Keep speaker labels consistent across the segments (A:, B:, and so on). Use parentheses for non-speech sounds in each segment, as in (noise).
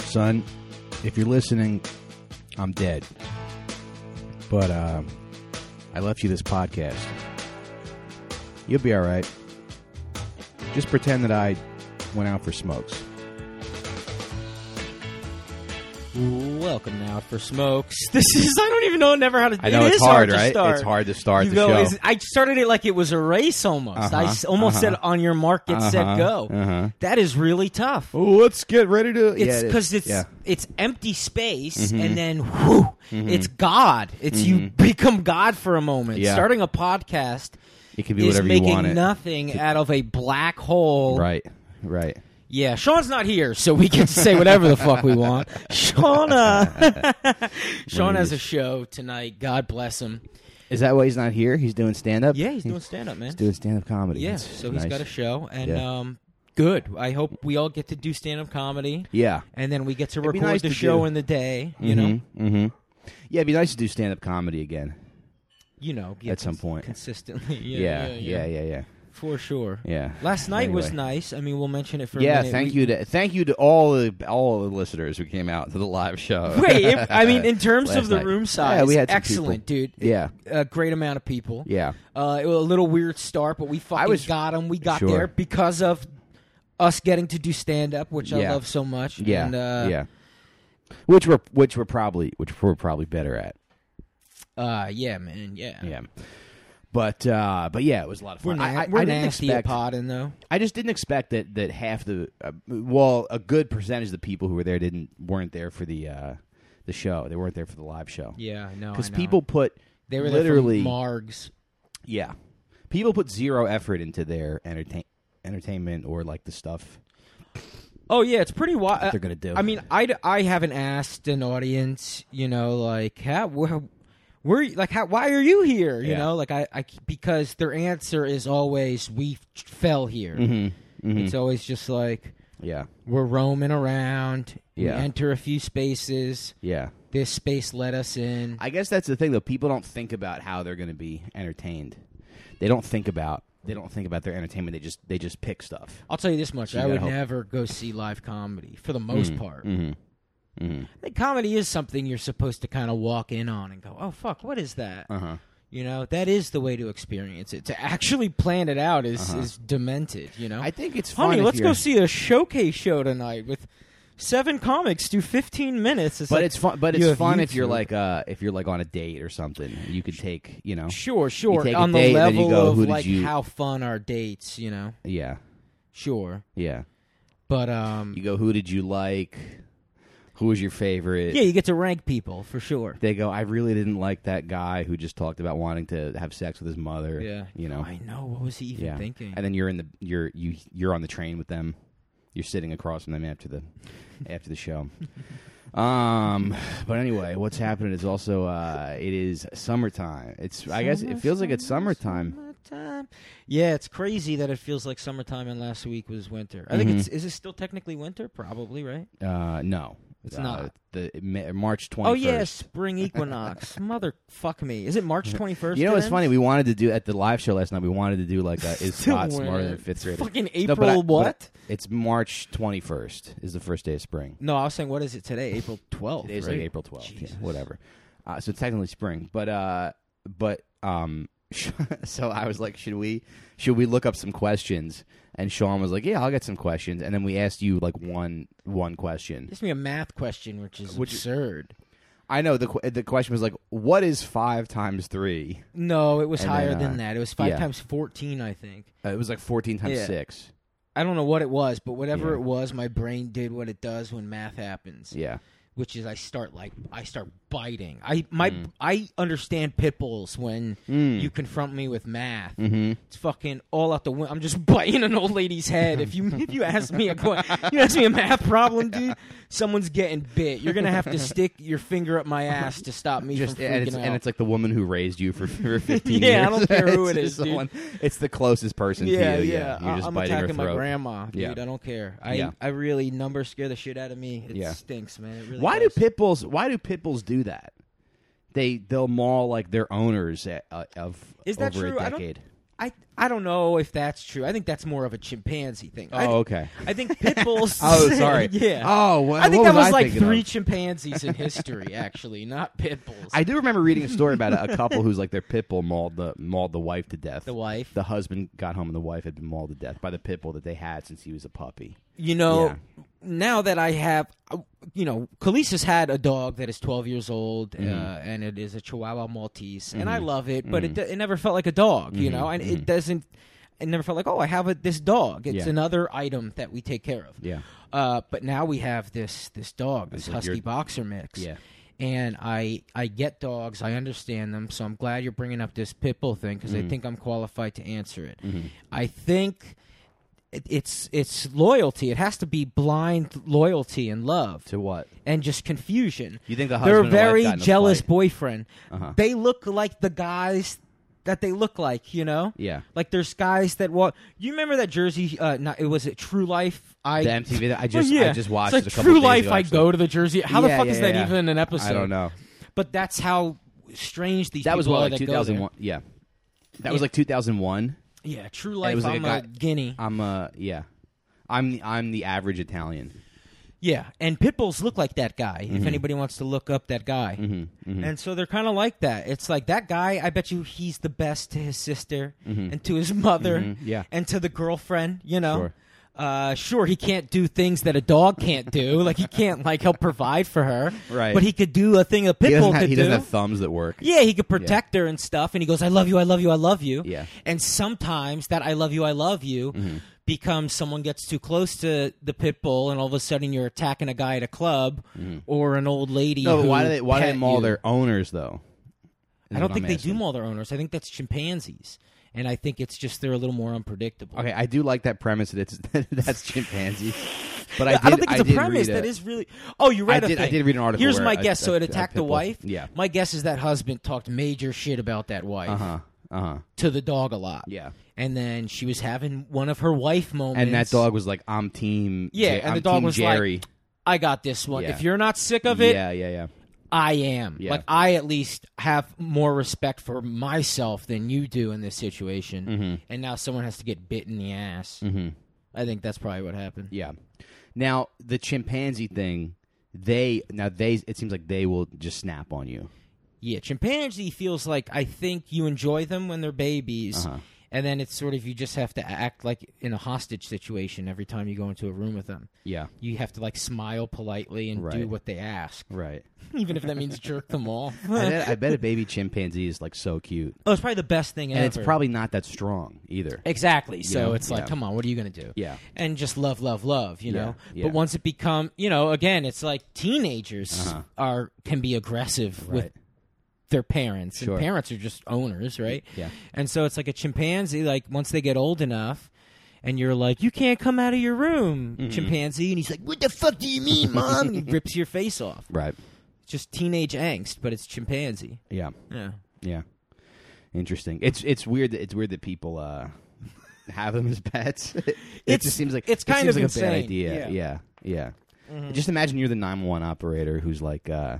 A: son, if you're listening, I'm dead. But uh, I left you this podcast. You'll be all right. Just pretend that I went out for smokes.
B: Welcome now for smokes. (laughs) This is I don't even know never how to.
A: I know
B: it
A: it's
B: is
A: hard,
B: to
A: right?
B: start.
A: It's hard to start
B: You
A: the
B: go,
A: show.
B: is- I started it like it was a race almost. I s-
A: Uh-huh,
B: almost
A: uh-huh.
B: said on your mark, get set,
A: Uh-huh,
B: go.
A: uh-huh.
B: That is really tough.
A: Oh, let's get ready to.
B: It's because it's
A: yeah. Mm-hmm.
B: it's empty space, and then whew, it's God. It's you become God for a moment.
A: Yeah.
B: Starting a podcast
A: It can be
B: is
A: whatever you
B: making
A: want. It.
B: nothing out of a black hole.
A: Right, right.
B: Yeah, Sean's not here, so we get to say whatever the fuck we want. Sean, (laughs) uh, Sean has a show tonight. God bless him.
A: Is that why he's not here? He's doing stand up.
B: Yeah, he's doing stand up, man.
A: doing stand up comedy.
B: Yeah,
A: It's
B: so he's
A: nice.
B: got a show, and
A: Yeah.
B: um, good. I hope we all get to do stand up comedy,
A: Yeah.
B: and then we get to
A: It'd be
B: record
A: nice
B: the
A: to
B: show
A: do.
B: in the day. You know,
A: hmm Yeah, it'd be nice to do stand up comedy again.
B: you know, get
A: At some
B: cons-
A: point.
B: consistently. (laughs) Yeah,
A: Yeah, yeah, yeah, yeah. Yeah.
B: for sure. Last night was
A: Anyway.
B: nice. I mean, we'll mention it for. a
A: Yeah,
B: minute.
A: thank
B: We-
A: you to thank you to all the all the listeners who came out to the live
B: (laughs)
A: show.
B: (laughs) Wait, it, I mean,
A: (laughs)
B: in terms
A: Last
B: of the
A: night.
B: room size,
A: Yeah, we had some
B: excellent, dude.
A: yeah,
B: a great amount of people.
A: yeah,
B: Uh, it was a little weird start, but we fucking
A: was-
B: got them. We got
A: Sure.
B: there because of us getting to do stand up, which I
A: Yeah.
B: love so much.
A: yeah,
B: and, uh,
A: yeah. Which we're which we're probably which we're probably better at.
B: uh, yeah, man, yeah.
A: Yeah. But uh, but yeah, it was a lot of
B: We're,
A: fun.
B: na-
A: I, I,
B: we're
A: I didn't
B: nasty
A: expect.
B: at podding though.
A: I just didn't expect that that half the uh, well, a good percentage of the people who were there didn't weren't there for the uh, the show. They weren't there for the live show.
B: Yeah, no,
A: because people put
B: they were
A: literally
B: there from Margs.
A: yeah, people put zero effort into their entertain entertainment or like the stuff
B: Oh yeah, it's pretty wild.
A: they're gonna do.
B: I mean, I, I haven't asked an audience, you know, like how where, where you- like how why are you here? You
A: Yeah.
B: know, like I, I because their answer is always we fell here.
A: Mm-hmm.
B: It's always just like
A: yeah,
B: we're roaming around.
A: Yeah.
B: We enter a few spaces.
A: yeah.
B: This space let us in.
A: I guess that's the thing though. People don't think about how they're going to be entertained. They don't think about they don't think about their entertainment. They just they just pick stuff.
B: I'll tell you this much:
A: You
B: I
A: gotta
B: would
A: hope.
B: never go see live comedy for the most part.
A: Mm-hmm.
B: I think comedy is something you're supposed to kind of walk in on and go, "Oh fuck, what is that?"
A: Uh huh.
B: You know, that is the way to experience it. To actually plan it out is is demented. You know,
A: Uh-huh. I think it's fun
B: honey,
A: if
B: let's
A: you're-
B: go see a showcase show tonight with seven comics. Do fifteen minutes. It's
A: But
B: like,
A: it's fun. But
B: you
A: it's
B: have
A: fun if you're
B: YouTube.
A: like uh if you're like on a date or something. You could take you know
B: Sure, sure.
A: take a
B: On the
A: date, then you
B: level
A: go,
B: of
A: "Who did
B: like
A: you-"
B: how fun are dates, you know?
A: yeah
B: Sure,
A: yeah.
B: but um,
A: You go who did you like? Who was your favorite?
B: yeah, you get to rank people for sure.
A: They go I really didn't like that guy who just talked about wanting to have sex with his mother.
B: Yeah,
A: you know.
B: I know. What was he even
A: Oh. yeah.
B: thinking?
A: And then you're in the you're you you're on the train with them. You're sitting across from them after
B: (laughs)
A: the after the show. Um, but anyway, what's happening is also uh, it is summertime. It's I guess it feels like it's summertime.
B: Summertime. Yeah, it's crazy that it feels like summertime and last week was winter. I think it's
A: Mm-hmm.
B: is it still technically winter? Probably right.
A: Uh, no,
B: It's
A: Uh,
B: not.
A: the Ma- March twenty.
B: Oh yeah,
A: (laughs)
B: spring equinox. Mother fuck me. Is it March twenty first?
A: You know what's funny? We wanted to do at the live show last night. We wanted to do like a,
B: (laughs)
A: is Scott smarter than fifth grade?
B: Fucking
A: No,
B: April
A: but I- but
B: what?
A: It's March twenty first. Is the first day of spring.
B: no, I was saying what is it today? April twelfth.
A: Today's
B: right?
A: like April twelfth. Yeah,
B: Oh, Jesus.
A: whatever. Uh, so it's technically spring, but uh, but um, (laughs) so I was like, should we should we look up some questions? And Sean was like, yeah, I'll get some questions. And then we asked you like one one question.
B: Gives me a math question, which is
A: Would you-
B: absurd.
A: I know the qu- the question was like, what is five times three?
B: No, it was
A: And
B: higher
A: then, uh,
B: than that. It was five
A: yeah.
B: times fourteen, I think.
A: Uh, it was like fourteen times
B: Yeah.
A: six.
B: I don't know what it was, but whatever
A: Yeah.
B: it was, my brain did what it does when math happens,
A: Yeah.
B: which is I start like I start biting. I my
A: Mm.
B: I understand pit bulls when you confront me with math.
A: Mm-hmm.
B: It's fucking all out the window. I'm just (laughs) biting an old lady's head. If you (laughs) if you ask me a que- you ask me a math problem, dude, someone's getting bit. You're gonna have to stick your finger up my ass to stop me
A: Just
B: from freaking
A: and it's
B: out.
A: and it's like the woman who raised you for,
B: (laughs)
A: for fifteen years.
B: Yeah,
A: (laughs)
B: I don't care who
A: It's
B: it is,
A: just the
B: dude.
A: one- it's the closest person
B: yeah,
A: to you.
B: yeah.
A: You're
B: I-
A: just
B: I'm
A: biting her
B: attacking
A: throat.
B: my grandma, dude.
A: Yeah.
B: I don't care. I
A: Yeah.
B: I really numbers scare the shit out of me. It
A: Yeah.
B: stinks, man. It really
A: Why do
B: does.
A: pit bulls? Why do pit bulls do that? They they'll maul like their owners at, uh, of
B: Is that
A: over
B: true?
A: a
B: I don't-
A: decade.
B: I I I don't know if that's true. I think that's more of a chimpanzee thing. I,
A: Oh,
B: (laughs)
A: okay.
B: I think pit
A: (laughs)
B: bulls. (laughs)
A: Oh, sorry.
B: yeah.
A: Oh, wha-
B: I think
A: what
B: that was, like
A: thinking of?
B: three chimpanzees in history, actually, not pit bulls.
A: (laughs) I do remember reading a story about a, a
B: (laughs)
A: couple who's like their pit bull mauled the mauled the wife to death.
B: the wife.
A: The husband got home and the wife had been mauled to death by the pit bull that they had since he was a puppy.
B: You know,
A: Yeah.
B: now that I have, uh, you know, Khaleesi's had a dog that is 12 years old,
A: Mm-hmm.
B: uh, and it is a Chihuahua Maltese, and I love it, but
A: Mm-hmm.
B: it, do- it never felt like a dog, you know, and it doesn't, it never felt like, oh, I have a, this dog. It's
A: Yeah.
B: another item that we take care of.
A: Yeah.
B: Uh, but now we have this this dog, this
A: like
B: husky
A: your-
B: boxer mix.
A: Yeah.
B: And I I get dogs, I understand them, so I'm glad you're bringing up this pit bull thing because
A: Mm-hmm.
B: I think I'm qualified to answer it. I think it, it's it's loyalty. It has to be blind loyalty and love
A: To what?
B: and just confusion.
A: You think the
B: They're
A: husband
B: a
A: and wife
B: very
A: got in a
B: jealous
A: fight?
B: boyfriend.
A: Uh-huh.
B: They look like the guys that they look like, you know?
A: Yeah.
B: Like there's guys that walk. You remember that Jersey? Uh, not, it was it True Life. I
A: The MTV that I
B: Well,
A: just- I
B: yeah.
A: just watched
B: It's
A: it
B: like
A: a couple
B: True
A: days
B: Life.
A: ago,
B: I
A: actually.
B: go to the Jersey. How the
A: Yeah,
B: fuck
A: yeah,
B: is that
A: yeah.
B: even an episode?
A: I don't know.
B: But that's how strange these.
A: That was what
B: people are
A: like
B: that go
A: 2001. Yeah. That was
B: Yeah.
A: like 2001.
B: there. Yeah, True
A: it
B: Life.
A: was like a
B: I'm
A: guy-
B: a guinea.
A: I'm uh yeah. I'm the I'm the average Italian.
B: Yeah, and pit bulls look like that guy.
A: Mm-hmm.
B: If anybody wants to look up that guy, and so they're kind of like that. It's like that guy. I bet you he's the best to his sister and to his mother,
A: Mhm, Mm-hmm. yeah.
B: and to the girlfriend. You know,
A: Sure.
B: Uh, sure, he can't do things that a dog can't do. like he can't like help provide for her,
A: Right.
B: But he could do a thing a pit
A: He
B: bull
A: doesn't,
B: could
A: have, he
B: do.
A: doesn't have thumbs that work.
B: Yeah, he could protect her and stuff. And he goes, I love you, I love you, I love you.
A: Yeah. Mm-hmm.
B: And sometimes that I love you, I love you becomes someone gets too close to the pit bull and all of a sudden you're attacking a guy at a club or an old lady.
A: Mm-hmm. No, but
B: who
A: why do they why do they
B: pet
A: maul
B: you.
A: their owners though? Is
B: I
A: what
B: don't think
A: I'm
B: they
A: asking.
B: do maul their owners. I think that's chimpanzees. And I think it's just they're a little more unpredictable.
A: Okay, I do like that premise that it's (laughs) that that's
B: (laughs)
A: chimpanzees. But I,
B: I,
A: did,
B: don't think it's
A: a
B: a premise that is really. Oh, you read
A: I
B: a
A: did- I
B: thing.
A: did read an article
B: Here's
A: where
B: my
A: a-
B: guess. so
A: a-
B: it
A: a
B: attacked
A: pit
B: the
A: bull-
B: wife.
A: yeah.
B: My guess is that husband talked major shit about that wife
A: Uh huh. Uh huh.
B: to the dog a lot.
A: Yeah.
B: and then she was having one of her wife moments.
A: And that dog was like, "I'm team."
B: Yeah,
A: Jer-
B: and
A: I'm
B: the dog
A: team
B: was like,
A: Jerry.
B: I got this one.
A: Yeah.
B: If you're not sick of it,
A: yeah, yeah, yeah.
B: I am.
A: Yeah.
B: Like I at least have more respect for myself than you do in this situation.
A: Mm-hmm.
B: And now someone has to get bit in the ass. Mm-hmm. I think that's probably what happened.
A: Yeah. Now the chimpanzee thing, they now they it seems like they will just snap on you.
B: Yeah, chimpanzee feels like I think you enjoy them when they're babies.
A: Uh-huh.
B: And then it's sort of you just have to act like in a hostage situation every time you go into a room with them.
A: Yeah.
B: You have to like smile politely and
A: Right.
B: do what they ask,
A: Right.
B: even if that means jerk
A: (laughs)
B: them off.
A: I bet, I bet a baby chimpanzee is like so cute,
B: Oh, it's probably the best thing
A: and
B: ever.
A: it's probably not that strong either.
B: exactly. So
A: know?
B: it's like,
A: Yeah.
B: come on, what are you gonna do?
A: Yeah.
B: And just love, love, love. You know.
A: Yeah, yeah.
B: But once it become, you know, again, it's like teenagers
A: Uh-huh.
B: are can be aggressive with
A: Right.
B: their parents,
A: Sure.
B: and parents are just owners, right?
A: Yeah.
B: And so it's like a chimpanzee. Like once they get old enough. And you're like, you can't come out of your room,
A: Mm-hmm.
B: chimpanzee. And he's like, what the fuck do you
A: (laughs)
B: mean, mom? and he rips your face off.
A: Right.
B: Just teenage angst, but it's chimpanzee.
A: Yeah.
B: Yeah.
A: Yeah. Interesting. It's it's weird that it's weird that people uh have them as pets. (laughs) it
B: It's-
A: just seems like
B: it's
A: it
B: kind
A: seems
B: of
A: like a bad
B: insane.
A: idea.
B: Yeah. Mm-hmm.
A: Yeah. Yeah. Just imagine you're the 911 operator who's like uh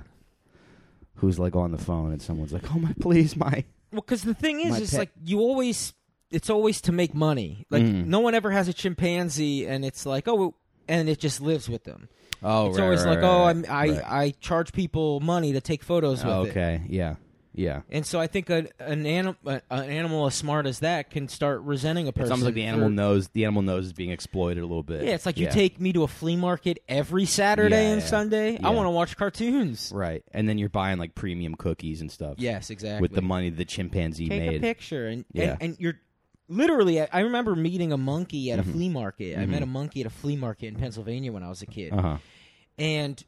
A: who's like on the phone and someone's like, "Oh my, please, my."
B: Well, because the thing is,
A: My
B: it's
A: pet-
B: like you always, it's always to make money. Like
A: Mm.
B: no one ever has a chimpanzee, and it's like oh, and it just lives with them.
A: Oh,
B: it's
A: right,
B: always
A: right,
B: like
A: right,
B: (laughs) oh,
A: right,
B: I'm, I
A: right.
B: I charge people money to take photos with
A: Oh,
B: it.
A: okay. Yeah. Yeah.
B: And so I think a, an animal, an animal as smart as that can start resenting a person.
A: It's almost like the animal
B: for-
A: knows the animal knows is being exploited a little bit.
B: Yeah, it's like you take me to a flea market every Saturday
A: Yeah,
B: and
A: yeah.
B: Sunday.
A: Yeah.
B: I want to watch cartoons.
A: right, and then you're buying like premium cookies and stuff.
B: Yes, exactly.
A: with the money the chimpanzee
B: take
A: made.
B: a picture and,
A: Yeah.
B: and and you're literally I- i remember meeting a monkey
A: Mm-hmm.
B: at a flea market i met a monkey at a flea market in pennsylvania when i was a kid
A: Uh huh.
B: and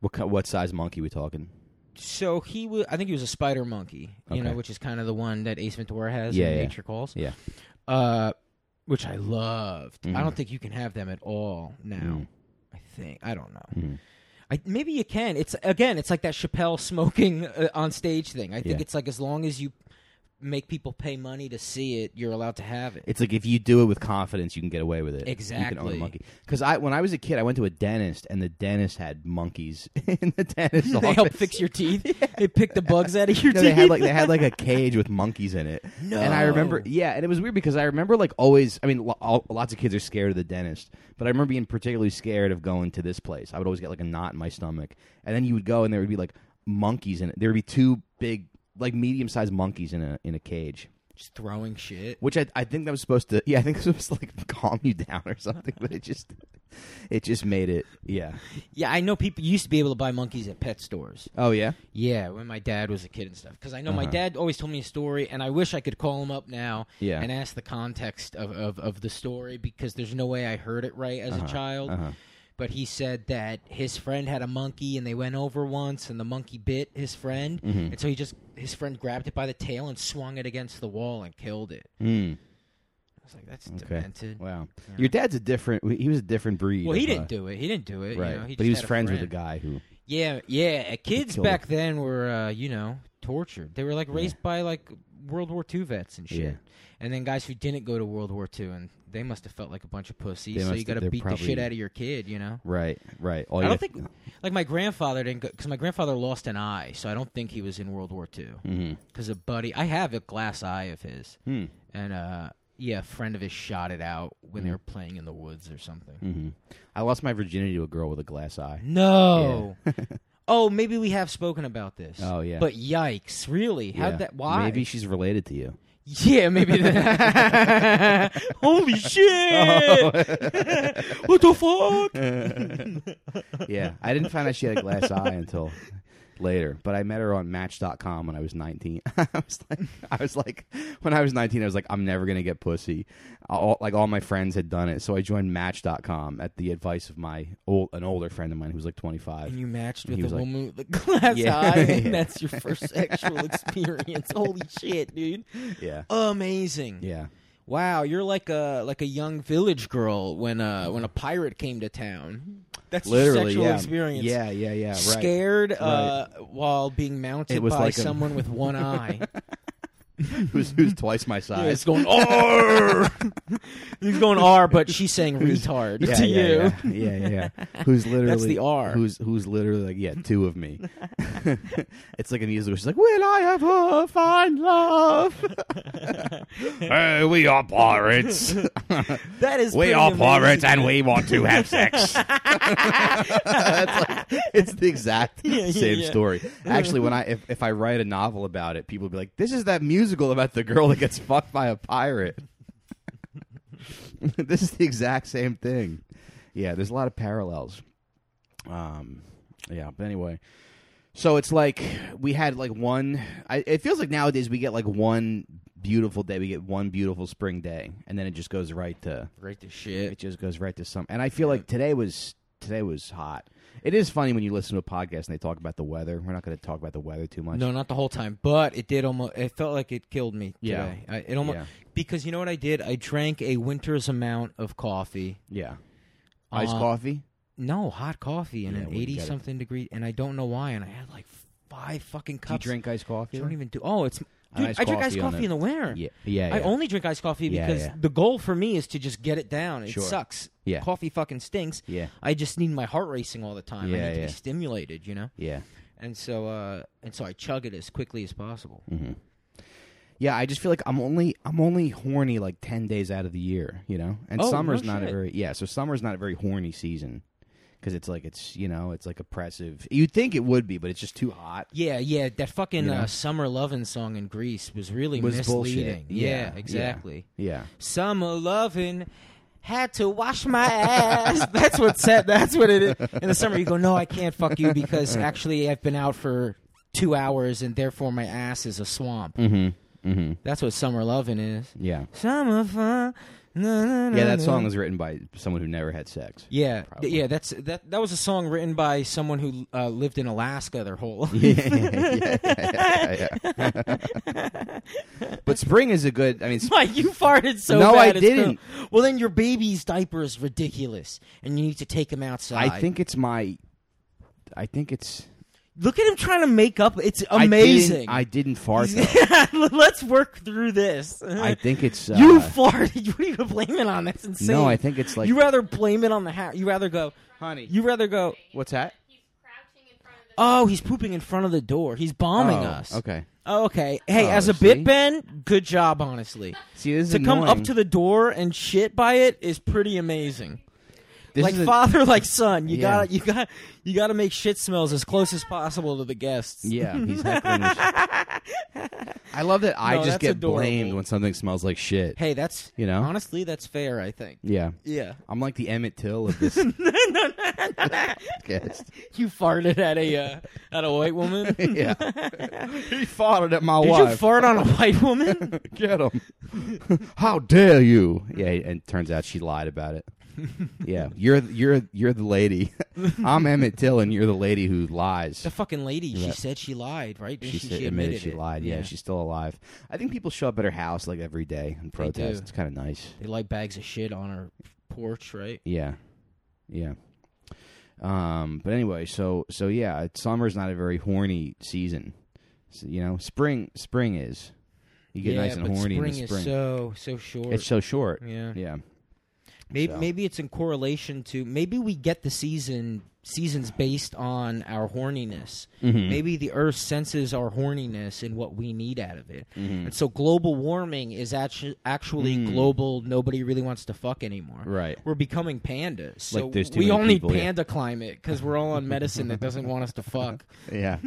A: What ki- what size monkey we talking?
B: so he was i think he was a spider monkey you know
A: Okay.
B: which is kind of the one that ace ventura has
A: Yeah,
B: in
A: yeah.
B: nature calls
A: Yeah.
B: uh which i loved
A: Mhm.
B: i don't think you can have them at all now
A: Mm.
B: i think i don't know
A: Mhm.
B: I, maybe you can. It's again, it's like that Chappelle smoking uh, on stage thing. I think
A: Yeah.
B: it's like as long as you make people pay money to see it, you're allowed to have it.
A: It's like if you do it with confidence, you can get away with it. You can own a
B: Exactly.
A: monkey. Because I, when I was a kid, I went to a dentist, and the dentist had monkeys (laughs) in the dentist
B: (laughs) They
A: office.
B: help fix your
A: (laughs)
B: teeth. They pick the bugs out of your
A: No,
B: teeth.
A: they had like they had like a cage with monkeys in it.
B: No.
A: And I remember, yeah, and it was weird because I remember like always. I mean, lo- all, lots of kids are scared of the dentist, but I remember being particularly scared of going to this place. I would always get like a knot in my stomach, and then you would go, and there would be like monkeys in it. There would be two big, like medium sized monkeys in a in a cage.
B: (laughs) just throwing shit.
A: which I, I think that was supposed to (laughs) yeah I think it was like calm you down or something, but it just it just made it yeah
B: Yeah, I know people used to be able to buy monkeys at pet stores.
A: oh yeah
B: Yeah, when my dad was a kid and stuff. Because I know my
A: Uh-huh.
B: dad always told me a story, and I wish I could call him up now
A: Yeah.
B: and ask the context of, of, of the story because there's no way I heard it right as a child.
A: uh-huh.
B: But he said that his friend had a monkey, and they went over once, and the monkey bit his friend,
A: Mm. Mm-hmm.
B: and so he just his friend grabbed it by the tail and swung it against the wall and killed it.
A: mm,
B: I was like, that's
A: Okay.
B: demented.
A: wow
B: Yeah.
A: your dad's a different he was a different breed
B: Well, he
A: of, uh,
B: didn't do it. He didn't do it.
A: right
B: you know, he
A: but he was
B: just had
A: friends
B: friend.
A: with a guy who
B: Yeah, yeah. uh, Kids
A: killed
B: back then were, uh, you know, tortured. They were like raised by like World War II vets and shit,
A: Yeah.
B: and then guys who didn't go to World War II, and they must have felt like a bunch of pussies.
A: They
B: so
A: must
B: you
A: have-
B: got to
A: they're
B: beat the shit
A: probably- Oh,
B: out of your kid, you know.
A: right right all
B: I
A: you
B: don't think like my grandfather didn't go because my grandfather lost an eye, so I don't think he was in World War II.
A: Mhm.
B: Because a buddy, I have a glass eye of his,
A: Hmm.
B: and uh, yeah, a friend of his shot it out when
A: Mm.
B: they were playing in the woods or something.
A: Mhm. I lost my virginity to a girl with a glass eye (laughs)
B: No. oh, maybe we have spoken about this.
A: Oh, yeah.
B: But yikes, really?
A: Yeah.
B: How'd that why?
A: maybe she's related to you
B: Yeah, maybe that-
A: (laughs)
B: Holy shit.
A: Oh.
B: what the fuck?
A: (laughs) yeah I didn't find out she had a glass eye until later but I met her on Match.com when I was 19 (laughs) I was like I was like when I was 19 I was like I'm never gonna get pussy all, like all my friends had done it so I joined Match.com at the advice of my old an older friend of mine who was like 25
B: And you matched
A: He
B: with a
A: was like-
B: woman with a glass
A: Yeah.
B: eye
A: (laughs)
B: and
A: Yeah.
B: that's your first sexual experience. Holy shit, dude.
A: yeah
B: Amazing.
A: yeah
B: Wow, you're like a like a young village girl when uh when a pirate came to town. That's your
A: literally
B: sexual
A: yeah
B: experience.
A: yeah yeah yeah right
B: scared uh, while being mounted
A: It was
B: by
A: like a-
B: someone with
A: (laughs)
B: one eye.
A: (laughs) who's, who's twice my
B: (laughs) Yeah, it's
A: size
B: going (laughs) R. He's going R, but
A: (laughs)
B: she's saying retard
A: yeah,
B: (laughs) to
A: yeah,
B: you.
A: yeah, yeah, yeah, yeah. Who's
B: (laughs)
A: literally
B: the R.
A: Who's who's literally like yeah, two of
B: (laughs)
A: me. (laughs) it's like a musical. She's like, "Will I ever find love?" (laughs)
B: (laughs)
A: hey, we are pirates.
B: That is
A: we
B: pretty
A: are pirates,
B: amazing.
A: and we want to have (laughs) sex. it's, like- it's the exact
B: Yeah, yeah,
A: same
B: yeah.
A: story. Actually, when I if, if I write a novel about it, people will be like, "This is that musical about the girl that gets fucked by a pirate." (laughs) this is the exact same thing. Yeah, there's a lot of parallels. Um, yeah, but anyway. So it's like we had like one. I, it feels like nowadays we get like one beautiful day. We get one beautiful spring day, and then it just goes right to
B: Right to
A: it
B: shit.
A: just goes right to some. And I feel like today was today was hot. It is funny when you listen to a podcast and they talk about the weather. We're not going to talk about the weather too much.
B: No, not the whole time, but it did almost. It felt like it killed me
A: Yeah.
B: today. I, it almost
A: Yeah.
B: because you know what I did? I drank a winter's amount of coffee.
A: Yeah, iced
B: Uh,
A: coffee.
B: No, hot coffee in
A: Yeah,
B: an
A: wouldn't
B: eighty
A: get it.
B: something degree, and I don't know why. And I had like five fucking
A: Do you
B: cups.
A: drink iced coffee?
B: I don't even do. Oh, it's dude.
A: An iced
B: I drink
A: coffee
B: iced
A: on
B: coffee
A: the-
B: in the winter.
A: yeah, yeah, yeah.
B: I only drink iced coffee
A: Yeah,
B: because
A: yeah.
B: the goal for me is to just get it down. It
A: Sure.
B: sucks.
A: Yeah.
B: Coffee fucking stinks.
A: yeah,
B: I just need my heart racing all the time. I
A: Yeah,
B: need to
A: yeah.
B: be stimulated, you know.
A: yeah.
B: And so, uh, and so I chug it as quickly as possible.
A: hmm Yeah, I just feel like I'm only I'm only horny like ten days out of the year, you know. And
B: Oh,
A: summer's
B: no
A: not a
B: shit.
A: very yeah. So summer's not a very horny season because it's like it's you know it's like oppressive. You'd think it would be, but it's just too hot.
B: Yeah, yeah. That fucking
A: You know?
B: uh, summer lovin' song in Greece was really
A: Was
B: misleading.
A: bullshit. Yeah,
B: Yeah,
A: yeah.
B: exactly.
A: Yeah,
B: Summer lovin'. Had to wash my ass. (laughs) That's what said. That's what it is. In the summer, you go, no, I can't fuck
A: (laughs)
B: you because actually I've been out for two hours and therefore my ass is a swamp.
A: mm-hmm. Mm-hmm.
B: That's what summer lovin' is.
A: yeah,
B: Summer fun. na, na, na,
A: yeah. That
B: na.
A: song was written by someone who never had sex. (laughs)
B: Yeah, th-
A: Probably.
B: yeah. That's that. That was a song written by someone who uh, lived in Alaska their whole (laughs) life.
A: yeah, yeah, yeah, yeah, yeah. (laughs) but spring is a good. I mean, sp-
B: Mike, you farted so
A: No, I
B: bad, it's
A: didn't.
B: gross. Well, then your baby's diaper is ridiculous, and you need to take him outside.
A: I think it's my. I think it's
B: Look at him trying to make up. It's
A: I didn't-
B: amazing.
A: I didn't, fart.
B: (laughs)
A: though.
B: Let's work through this.
A: I think it's. Uh,
B: (laughs) you farted. (laughs) What are you gonna blame it on? That's insane.
A: No, I think it's like.
B: you rather blame it on the hat. You rather go,
A: honey.
B: you rather go.
A: what's that?
C: He's crouching in front of the
B: Oh, he's pooping in front of the door. He's bombing
A: Oh,
B: us.
A: Okay.
B: Oh, okay. Hey,
A: Oh,
B: as a
A: see?
B: bit, Ben, good job, honestly.
A: See, this is
B: to come up
A: annoying.
B: to the door and shit by it is pretty amazing.
A: This
B: like
A: is a-
B: father, (laughs) like son. You
A: Yeah.
B: gotta, you gotta, you gotta make shit smells as close as possible to the guests.
A: Yeah,
B: (laughs)
A: he's heckling. the shit. I love that I
B: No,
A: just
B: that's
A: get
B: adorable.
A: blamed when something smells like shit.
B: Hey, that's
A: You know?
B: Honestly, that's fair. I think.
A: Yeah.
B: Yeah.
A: I'm like the Emmett Till of this podcast.
B: (laughs)
A: (laughs)
B: You farted at a uh, at a white woman. Did
A: Yeah.
B: (laughs)
A: he farted at my
B: you fart on a
A: (laughs)
B: white woman?
A: Get him. (laughs) How dare you? Yeah, and it turns out she lied about
B: (laughs)
A: it. Yeah, you're you're you're the lady. I'm Emmett Till, and you're the lady who lies.
B: the fucking lady. She
A: Yeah.
B: said she lied, right?
A: She, said, admitted, she
B: it.
A: lied. Yeah, she's still alive. I think people show up at her house like every day and protest.
B: do.
A: It's kind of nice.
B: They light bags of shit on her porch, right?
A: Yeah, yeah. Um, but anyway, so so yeah, it- summer's not a very horny season. So, you know, spring spring is. You get
B: yeah,
A: nice and
B: but
A: horny
B: spring
A: in the
B: is
A: spring.
B: so so short.
A: it's so short.
B: yeah.
A: Yeah.
B: Maybe
A: So-
B: maybe it's in correlation to maybe we get the season seasons based on our horniness.
A: Mhm.
B: Maybe the earth senses our horniness and what we need out of it. And so global warming is actu- actually
A: Mm-hmm. Mm.
B: global nobody really wants to fuck anymore. (laughs)
A: Right.
B: We're becoming pandas. So
A: Like, there's too
B: we
A: many
B: all need
A: people, yeah.
B: panda climate cuz we're all on medicine that doesn't want us to fuck.
A: (laughs) Yeah.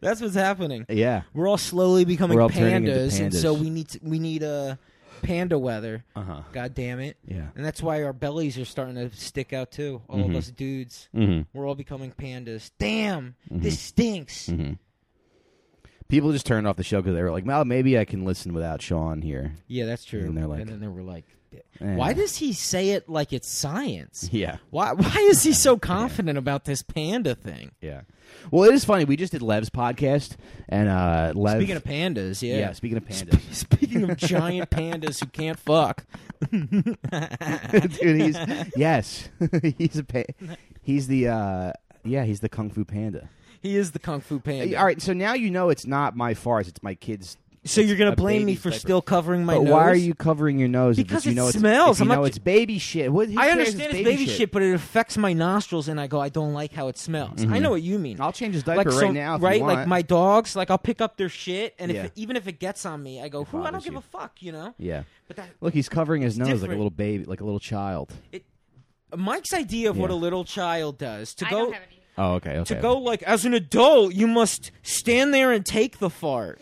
B: That's what's happening.
A: yeah.
B: We're all slowly becoming
A: We're all turning into
B: pandas, and so
A: pandas.
B: we need to, we need a panda weather.
A: Uh huh.
B: God damn it.
A: Yeah.
B: And that's why our bellies are starting to stick out too. All
A: Mhm.
B: of us dudes,
A: Mm
B: we're all becoming pandas. Damn,
A: Mm-hmm.
B: this stinks.
A: hmm. Mm hmm. People just turned off the show because they were like, well, maybe I can listen without Sean
B: (laughs)
A: here.
B: Yeah, that's true.
A: And they're like-
B: then they were like,
A: Eh.
B: why does he say it like it's science?
A: Yeah.
B: Why? Why is
A: (laughs)
B: he so confident about this panda thing?
A: Yeah. Well, it is funny. We just did Lev's podcast, and uh, Lev.
B: Speaking of pandas, yeah.
A: yeah. speaking of pandas.
B: Speaking of giant (laughs) pandas who can't fuck,
A: (laughs) Dude, he's. Yes. (laughs) he's a. Pa- he's the. Uh, yeah, he's the Kung Fu Panda.
B: he is the kung fu panda.
A: All right, so now you know it's not my farts, it's my kids.
B: So you're gonna
A: a
B: blame me
A: baby's
B: for
A: diaper.
B: still covering my
A: but
B: nose?
A: why are you covering your nose if it's-
B: Because
A: you
B: it
A: know it's- If
B: smells.
A: you
B: I'm not
A: know
B: ju-
A: it's baby shit. What, who
B: I
A: cares
B: understand
A: if
B: it's baby shit. but it affects my nostrils, and I go, I don't like how it smells. I know what you mean.
A: Mm-hmm. I'll change his diaper
B: like
A: right
B: so-
A: now. If
B: right?
A: you
B: Like
A: want.
B: my dogs, like I'll pick up their shit, and
A: Yeah.
B: if it, even if it gets on me, I go, "Who? I don't
A: bothers
B: give
A: you.
B: a fuck," you know.
A: Yeah.
B: But that
A: Look, he's covering his nose like a
B: different.
A: little baby, like a little child.
B: it, Mike's idea of what
A: Yeah.
B: a little child does to
C: I
B: go
C: don't have any.
A: Oh, okay.
B: to
A: Okay.
B: go like as an adult, you must stand there and take the fart.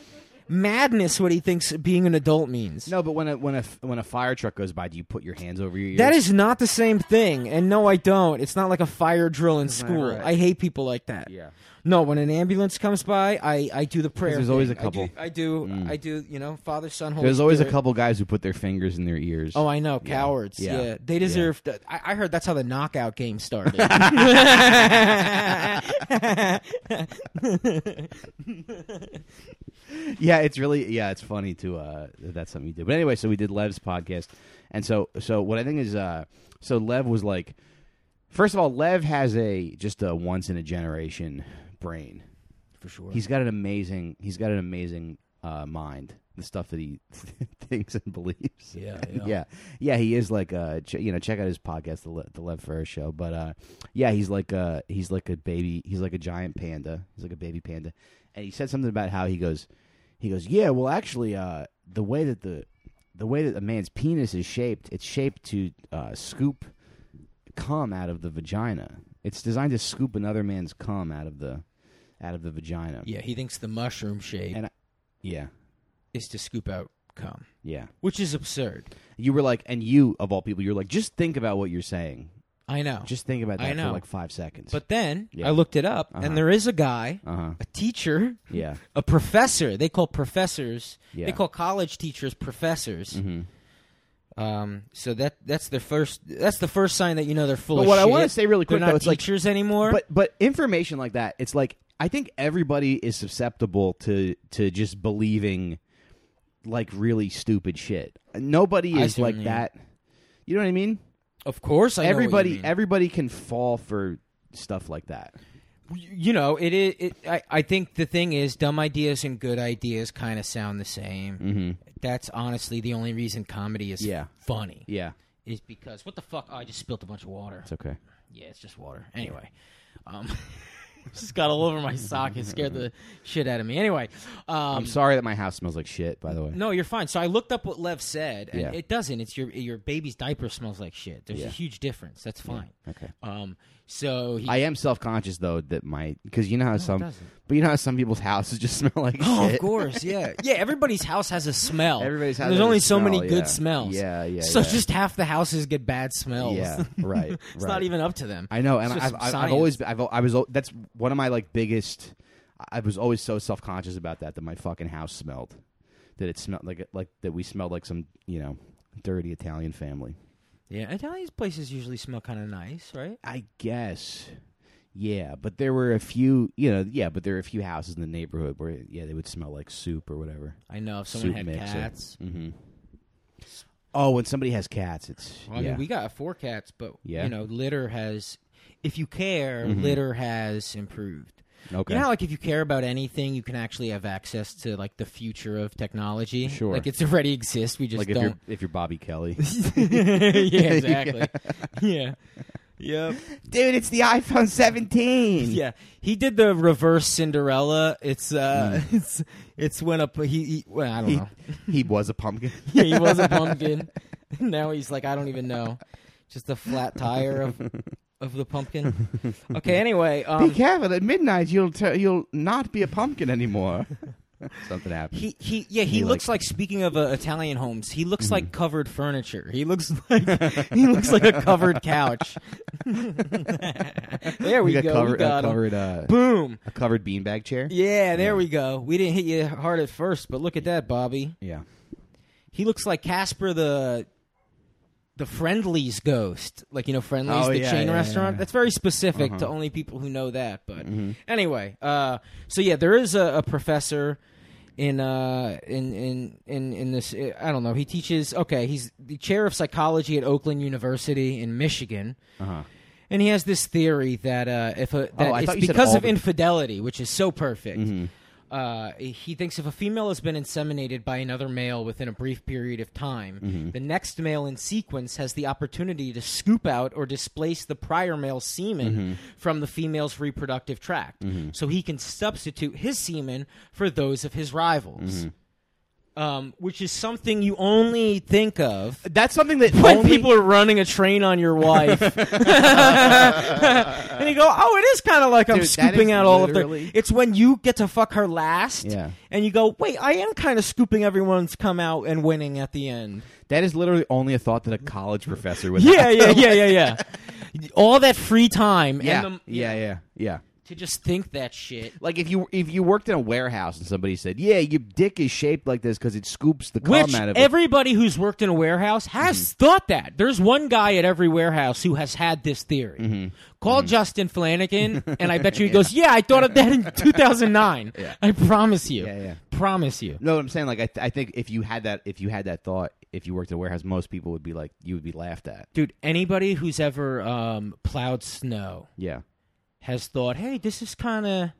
B: Madness, what he thinks being an adult means.
A: No, but when a when a when a fire truck goes by, do you put your hands over your ears?
B: That is not the same thing. And no, I don't. It's not like a fire drill in school.
A: right?
B: I hate people like that.
A: Yeah.
B: No, when an ambulance comes by, I, I do the prayer.
A: there's always
B: thing.
A: a couple. Mm.
B: I do. I do, I do, You know, Father, Son, Holy.
A: There's always a
B: Spirit.
A: couple guys who put their fingers in their ears.
B: Oh, I know, cowards.
A: Yeah.
B: Yeah,
A: Yeah.
B: they deserve. th- I, I heard that's how the knockout
A: (laughs)
B: game started. (laughs)
A: yeah, it's really yeah, it's funny to uh that that's something you do. But anyway, so we did Lev's podcast. And so so what I think is uh so Lev was like first of all, Lev has a just a once in a generation brain.
B: For sure.
A: He's got an amazing he's got an amazing uh mind. The stuff that he (laughs) thinks and believes. (laughs)
B: Yeah,
A: yeah, yeah, He is like uh, ch- you know, check out his podcast, the, Le- the Lev Ferrer Show. But uh, yeah, he's like uh, he's like a baby. He's like a giant panda. He's like a baby panda, and he said something about how he goes, he goes, yeah. Well, actually, uh, the way that the the way that a man's penis is shaped, it's shaped to uh, scoop cum out of the vagina. It's designed to scoop another man's cum out of the out of the vagina.
B: yeah, he thinks the mushroom shape
A: And- yeah,
B: is to scoop out cum,
A: yeah.
B: which is absurd.
A: You were like, and you of all people, you're like, just think about what you're saying.
B: I know.
A: Just think about
B: I
A: that for
B: know.
A: like five seconds.
B: but then
A: Yeah.
B: I looked it up,
A: Uh-huh.
B: and there is a guy,
A: uh huh.
B: a teacher, (laughs)
A: Yeah.
B: a professor. They call professors.
A: Yeah.
B: They call college teachers professors.
A: Mhm.
B: Um, so that that's their first. That's the first sign that you know they're full
A: But
B: of
A: what I
B: shit.
A: wanna say really quick,
B: they're not
A: though, it's like-
B: teachers anymore.
A: But but information like that, it's like I think everybody is susceptible to to just believing like really stupid shit. Nobody
B: I
A: is
B: see what
A: like
B: you mean.
A: that. You know what I mean?
B: of course, I know what you
A: everybody
B: mean.
A: everybody can fall for stuff like that.
B: you know, it is. It, I, I think the thing is, dumb ideas and good ideas kind of sound the same. That's honestly the only reason comedy is
A: Mm-hmm. Yeah.
B: funny
A: Yeah,
B: is because what the fuck? Oh, I just spilled a bunch of water.
A: it's okay.
B: Yeah, it's just water. Anyway, um, (laughs) just got all over my sock. It scared the shit out of me. Anyway, um,
A: I'm sorry that my house smells like shit. By the way,
B: no, you're fine. So I looked up what Lev said, and
A: Yeah.
B: it doesn't. It's your your baby's diaper smells like shit. There's
A: Yeah.
B: a huge difference. That's fine.
A: okay.
B: Um, so he,
A: I am self conscious though that my because you know how
B: it
A: some
B: doesn't.
A: but you know how some people's houses (laughs) just smell like
B: (laughs) Oh,
A: shit.
B: of course, yeah, yeah. Everybody's house has a smell.
A: Everybody's house
B: And There's
A: has a
B: only so
A: smell,
B: many
A: yeah.
B: good smells.
A: Yeah, yeah,
B: So
A: yeah.
B: just half the houses get bad smells.
A: Yeah, right.
B: (laughs) it's not even up to them.
A: I know, and
B: It's just
A: I've, I've, I've
B: science.
A: always been, I've, al- I was al- that's one of my like biggest. I was always so self conscious about that that my fucking house smelled, that it smelled like like that we smelled like some you know dirty Italian family.
B: yeah. Italian places usually smell kind of nice, right?
A: I guess. Yeah, but there were a few, you know, yeah, but there were a few houses in the neighborhood where, yeah, they would smell like soup or whatever.
B: I know. If someone
A: Soup
B: had
A: mixer.
B: cats,
A: Mm-hmm. Oh, when somebody has cats, it's
B: Well, I
A: yeah.
B: mean, we got four cats, but
A: Yeah.
B: you know, litter has. If you care,
A: Mhm.
B: litter has improved.
A: okay.
B: You know, how, like if you care about anything, you can actually have access to like the future of technology.
A: Sure.
B: like it's already exists. We just
A: like if
B: don't.
A: you're if you're Bobby
B: (laughs)
A: Kelly, (laughs)
B: yeah, exactly. Yeah. Yep.
A: dude, it's the iPhone 17.
B: Yeah. He did the reverse Cinderella. It's uh (laughs) it's it's when a he, he well, I don't
A: Mm. he,
B: know.
A: he was a pumpkin.
B: (laughs) Yeah, he
A: (laughs)
B: was a pumpkin. (laughs) now he's like I don't even know. Just a flat tire of of
A: (laughs)
B: the pumpkin. Okay, anyway, um
A: careful! At midnight, you'll t- you'll not be a pumpkin
B: (laughs)
A: anymore. Something happened.
B: he, he yeah he,
A: He, Mm-hmm. like-
B: looks like, speaking of uh, Italian homes he looks like covered furniture he looks (laughs)
A: (laughs)
B: like he looks like a covered couch there we,
A: got
B: go
A: covered,
B: we
A: a
B: got him.
A: covered uh,
B: boom
A: a covered beanbag chair.
B: Yeah, there we go. We didn't hit you hard at first, but look at that, Bobby.
A: Yeah.
B: He looks like Casper the the Friendlies ghost. Like you know, Friendlies,
A: Oh,
B: the
A: yeah,
B: chain
A: yeah,
B: restaurant.
A: yeah.
B: That's very specific to
A: Uh-huh. Mm-hmm.
B: only people who know that. But anyway, uh, so yeah, there is a, a professor in uh in in in in this I don't know. He teaches. Okay, he's the chair of psychology at Oakland University in Michigan.
A: Uh huh.
B: And he has this theory that uh, if a, that
A: Oh, I
B: it's
A: thought you said
B: because
A: all
B: of
A: the- Mm-hmm.
B: infidelity, which is so perfect. Uh, he thinks if a female has been inseminated by another male within a brief period of time,
A: Mm-hmm.
B: the next male in sequence has the opportunity to scoop out or displace the prior male semen
A: Mm-hmm.
B: from the female's reproductive tract. So he can substitute his semen for those of his rivals,
A: Mm-hmm.
B: um, which is something you only think of
A: That's something that
B: when
A: only-
B: people are running a train on your
A: (laughs)
B: wife. and you go, oh, it is kind of like I'm
A: Dude, that
B: scooping
A: is
B: out all of
A: literally-
B: the. It's when you get to fuck her last,
A: Yeah.
B: and you go, wait, I am kind of scooping everyone's come out and winning at the end.
A: that is literally only a thought that a college professor would.
B: (laughs) Yeah,
A: have.
B: yeah, yeah, yeah, yeah. all that free time,
A: yeah,
B: and the,
A: yeah, yeah, yeah.
B: to just think that shit.
A: Like if you if you worked in a warehouse and somebody said, "Yeah, your dick is shaped like this because it scoops the cum
B: Which
A: out of it." Mm-hmm.
B: everybody who's worked in a warehouse has thought that. There's one guy at every warehouse who has had this theory.
A: Mm-hmm.
B: Call Justin Flanagan, and I
A: (laughs)
B: bet you he goes, "Yeah, I thought of that in 2009. I promise you.
A: Yeah, yeah.
B: Promise you."
A: No, what I'm saying like I, th- I think if you had that if you had that thought if you worked in a warehouse, most people would be like you would be laughed at.
B: Dude, anybody who's ever um, plowed snow
A: Yeah,
B: has thought, "Hey, this is kind of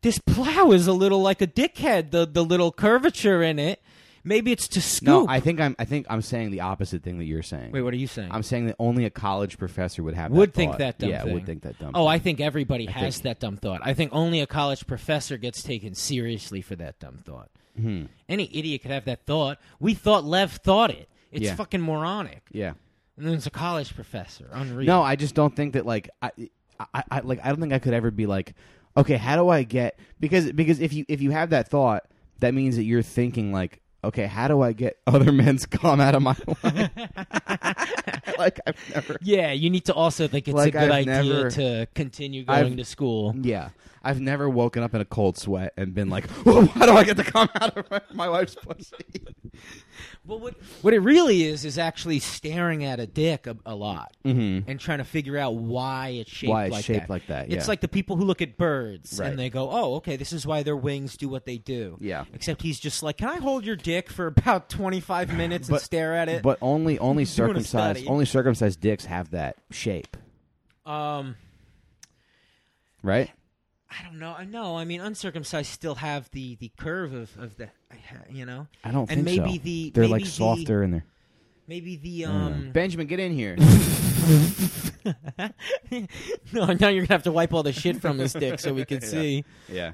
B: this plow is a little like a dickhead. The the little curvature in it. Maybe it's to scoop."
A: no, I think I'm I think I'm saying the opposite thing that you're saying.
B: Wait, what are you saying?
A: I'm saying that only a college professor would have
B: would
A: that
B: think
A: thought.
B: that dumb
A: yeah
B: thing.
A: would think that dumb.
B: Oh,
A: thing.
B: I think everybody has
A: think-
B: that dumb thought. I think only a college professor gets taken seriously for that dumb thought.
A: Hmm.
B: Any idiot could have that thought. We thought Lev thought it. It's
A: Yeah.
B: fucking moronic.
A: yeah.
B: And then it's a college professor. Unreal.
A: No, I just don't think that like I, I, I like I don't think I could ever be like, okay, how do I get because because if you if you have that thought, that means that you're thinking like, okay, how do I get (laughs) other men's cum out of
B: (laughs)
A: my life? (laughs) like I've never.
B: Yeah, you need to also think it's
A: Like,
B: a good
A: I've
B: idea
A: never-
B: to continue going
A: I've-
B: to school.
A: Yeah, I've never woken up in a cold sweat and been like, (laughs) "Whoa, "How do I get the cum (laughs) out of my, my wife's
B: (laughs)
A: pussy?"
B: Well, what what it really is is actually staring at a dick a, a lot and trying to figure out why it's shaped
A: Mm-hmm. Why it's
B: like
A: shaped
B: that.
A: like that, yeah.
B: It's like the people who look at birds
A: Right.
B: and they go, "Oh, okay, this is why their wings do what they do."
A: Yeah.
B: Except he's just like, "Can I hold your dick for (laughs) about twenty five minutes and
A: But-
B: stare at it?"
A: But only only
B: Doing a
A: circumcised
B: study.
A: only circumcised dicks have that shape.
B: um,
A: right?
B: I don't know. I know. I mean, uncircumcised still have the the curve of of the you know.
A: I don't
B: And
A: think so.
B: maybe the-
A: they're
B: maybe
A: like
B: the-
A: softer and they're
B: Maybe the
A: I don't know.
B: um. (laughs)
A: Benjamin, get in here.
B: no, now you're gonna have to wipe all the shit from his dick so we can
A: (laughs) Yeah.
B: see.
A: yeah,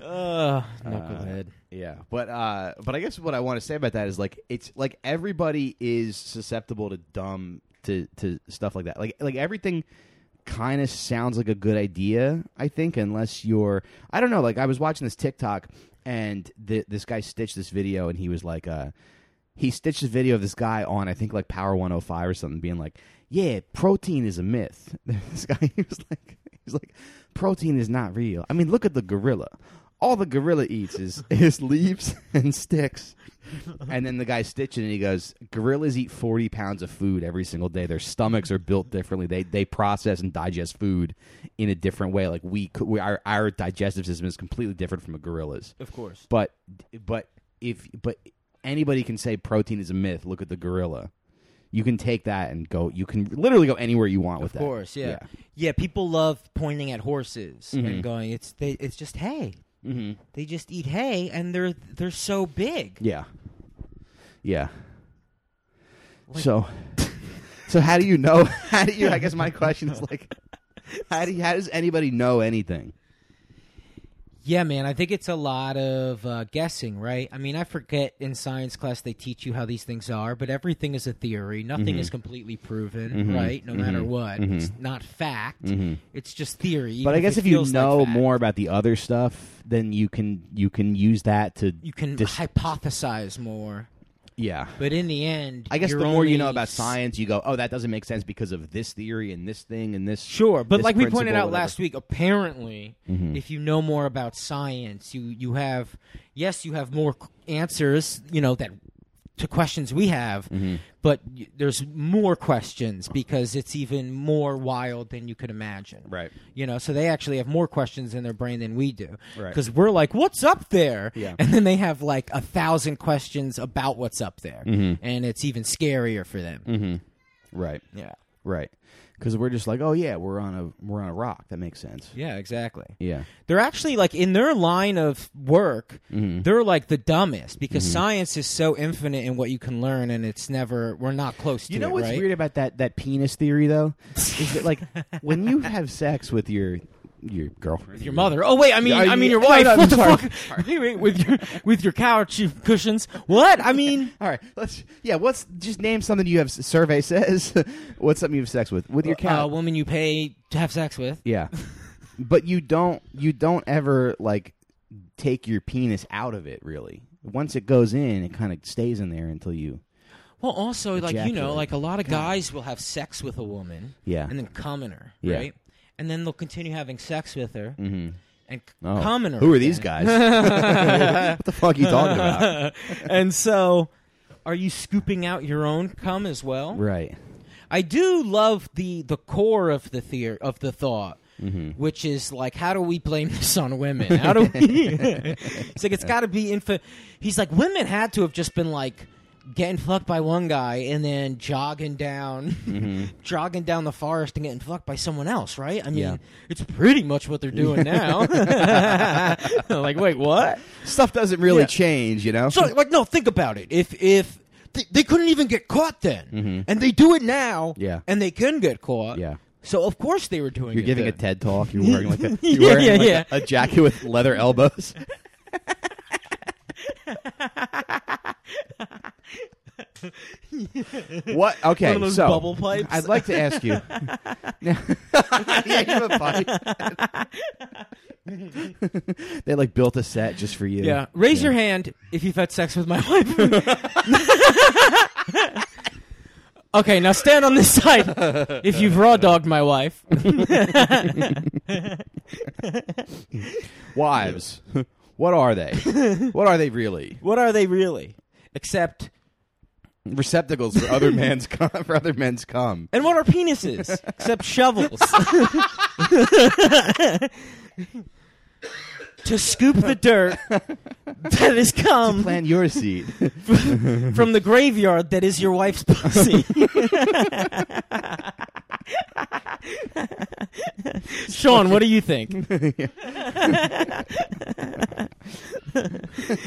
B: Ugh, knucklehead.
A: yeah. But uh, but I guess what I want to say about that is like it's like everybody is susceptible to dumb to to stuff like that. Like like everything kind of sounds like a good idea. I think unless you're I don't know. Like I was watching this TikTok and th- this guy stitched this video and he was like uh he stitched a video of this guy on I think like Power 105 or something, being like, "Yeah, protein is a myth." (laughs) this guy he was like, he's like, "Protein is not real." I mean, look at the gorilla. All the gorilla eats is (laughs) is leaves and sticks. And then the guy stitching and he goes, "Gorillas eat forty pounds of food every single day. Their stomachs are built differently. They they process and digest food in a different way. Like we, could- we our our digestive system is completely different from a gorilla's."
B: Of course.
A: But but if but anybody can say protein is a myth. Look at the gorilla. You can take that and go. You can literally go anywhere you want with
B: Of
A: that.
B: course, yeah. yeah, People love pointing at horses
A: Mm-hmm.
B: and going, "It's they, it's just hay.
A: Yeah. hmm
B: They just eat hay, and they're they're so big."
A: Yeah. Yeah.
B: Like-
A: so (laughs) so how do you know? (laughs) How do you? I guess my question is like, how do you, how does anybody know anything?
B: Yeah, man. I think it's a lot of uh, guessing, right? I mean, I forget in science class they teach you how these things are, but everything is a theory. Nothing
A: Mm-hmm.
B: is completely proven, right? No matter what, it's not fact. It's just theory. even
A: Mm-hmm. But I guess
B: it
A: if you
B: feels like
A: know
B: fact.
A: more about the other stuff, then you can you can use that to
B: you can
A: dis-
B: hypothesize more.
A: yeah.
B: But in the end,
A: I guess
B: you're
A: the more you
B: only
A: know about
B: s-
A: science, you go, oh, that doesn't make sense because of this theory and this thing and this.
B: Sure, but
A: this
B: like we pointed
A: principle,
B: out
A: whatever. Mm-hmm.
B: last week, apparently, if you know more about science, you you have yes, you have more c- answers, you know that to questions we have,
A: Mm-hmm.
B: but y- there's more questions because it's even more wild than you could imagine.
A: Right.
B: You know, so they actually have more questions in their brain than we do.
A: Right.
B: Because we're like, what's up there?
A: Yeah.
B: And then they have like a thousand questions about what's up there.
A: Mm-hmm.
B: And it's even scarier for them.
A: Right.
B: Yeah.
A: Right. Because we're just like, oh yeah, we're on a we're on a rock. That makes sense.
B: Yeah, exactly.
A: Yeah.
B: they're actually like in their line of work
A: Mm-hmm.
B: they're like the dumbest because science is so infinite in what you can learn and it's never we're not close to
A: You know
B: it
A: what's
B: right
A: weird about that that penis theory though is that (laughs) like when you have sex with your your girlfriend,
B: your mother oh wait i mean
A: Yeah,
B: i
A: you-
B: mean your
A: no,
B: wife
A: no,
B: what the
A: I'm sorry.
B: fuck (laughs) wait, wait, with your with your couch your cushions what i mean
A: All right, let's yeah. What's just name something you have s- survey (laughs) says? what's something you have sex with with (laughs) your
B: a
A: cat?
B: uh, woman you pay to have sex with
A: (laughs) yeah, but you don't you don't ever like take your penis out of it really. Once it goes in, it kind of stays in there until you.
B: well also like you know
A: Ejaculate.
B: like a lot of guys will have sex with a woman
A: Yeah.
B: and then come in her
A: Yeah.
B: right and then they'll continue having sex with her
A: Mhm.
B: and c-
A: Oh.
B: come in her
A: Who are these
B: again.
A: guys? (laughs) what the fuck are you talking about?
B: and so are you scooping out your own cum as well
A: Right.
B: i do love the the core of the theory of the thought Which is like, how do we blame this on women? How do we? (laughs) it's like it's got to be infa. He's like, women had to have just been like getting fucked by one guy and then jogging down, (laughs) jogging down the forest and getting fucked by someone else, right? I mean,
A: Yeah.
B: it's pretty much what they're doing now. (laughs) like, wait, what?
A: Stuff doesn't really
B: Yeah.
A: change, you know.
B: So, like, no, think about it. If if th- they couldn't even get caught then, and they do it now,
A: Mm-hmm. Yeah.
B: and they can get caught,
A: Yeah.
B: So of course they were doing.
A: You're
B: it
A: giving a
B: then.
A: TED talk. You're wearing like
B: (laughs)
A: a
B: Yeah,
A: you're wearing
B: yeah,
A: like
B: yeah.
A: A, a jacket with leather
B: (laughs)
A: elbows. what? Okay,
B: One of those
A: so
B: bubble pipes.
A: I'd like to ask
B: (laughs)
A: you. (laughs) yeah, you have a pipe. they like built a set (laughs) just for you.
B: Yeah, raise
A: Yeah.
B: your hand if you've had sex with my wife. (laughs) okay, now stand on this side if you've raw dogged my wife.
A: wives. (laughs) What are they? What are they really?
B: what are they really? Except,
A: Receptacles for
B: (laughs)
A: other men's cum, for other men's cum.
B: and what are penises? Except (laughs) shovels. to scoop the dirt that has come
A: Plan your seat.
B: from the graveyard that is your wife's pussy. (laughs) Sean, what do you think?
A: (laughs)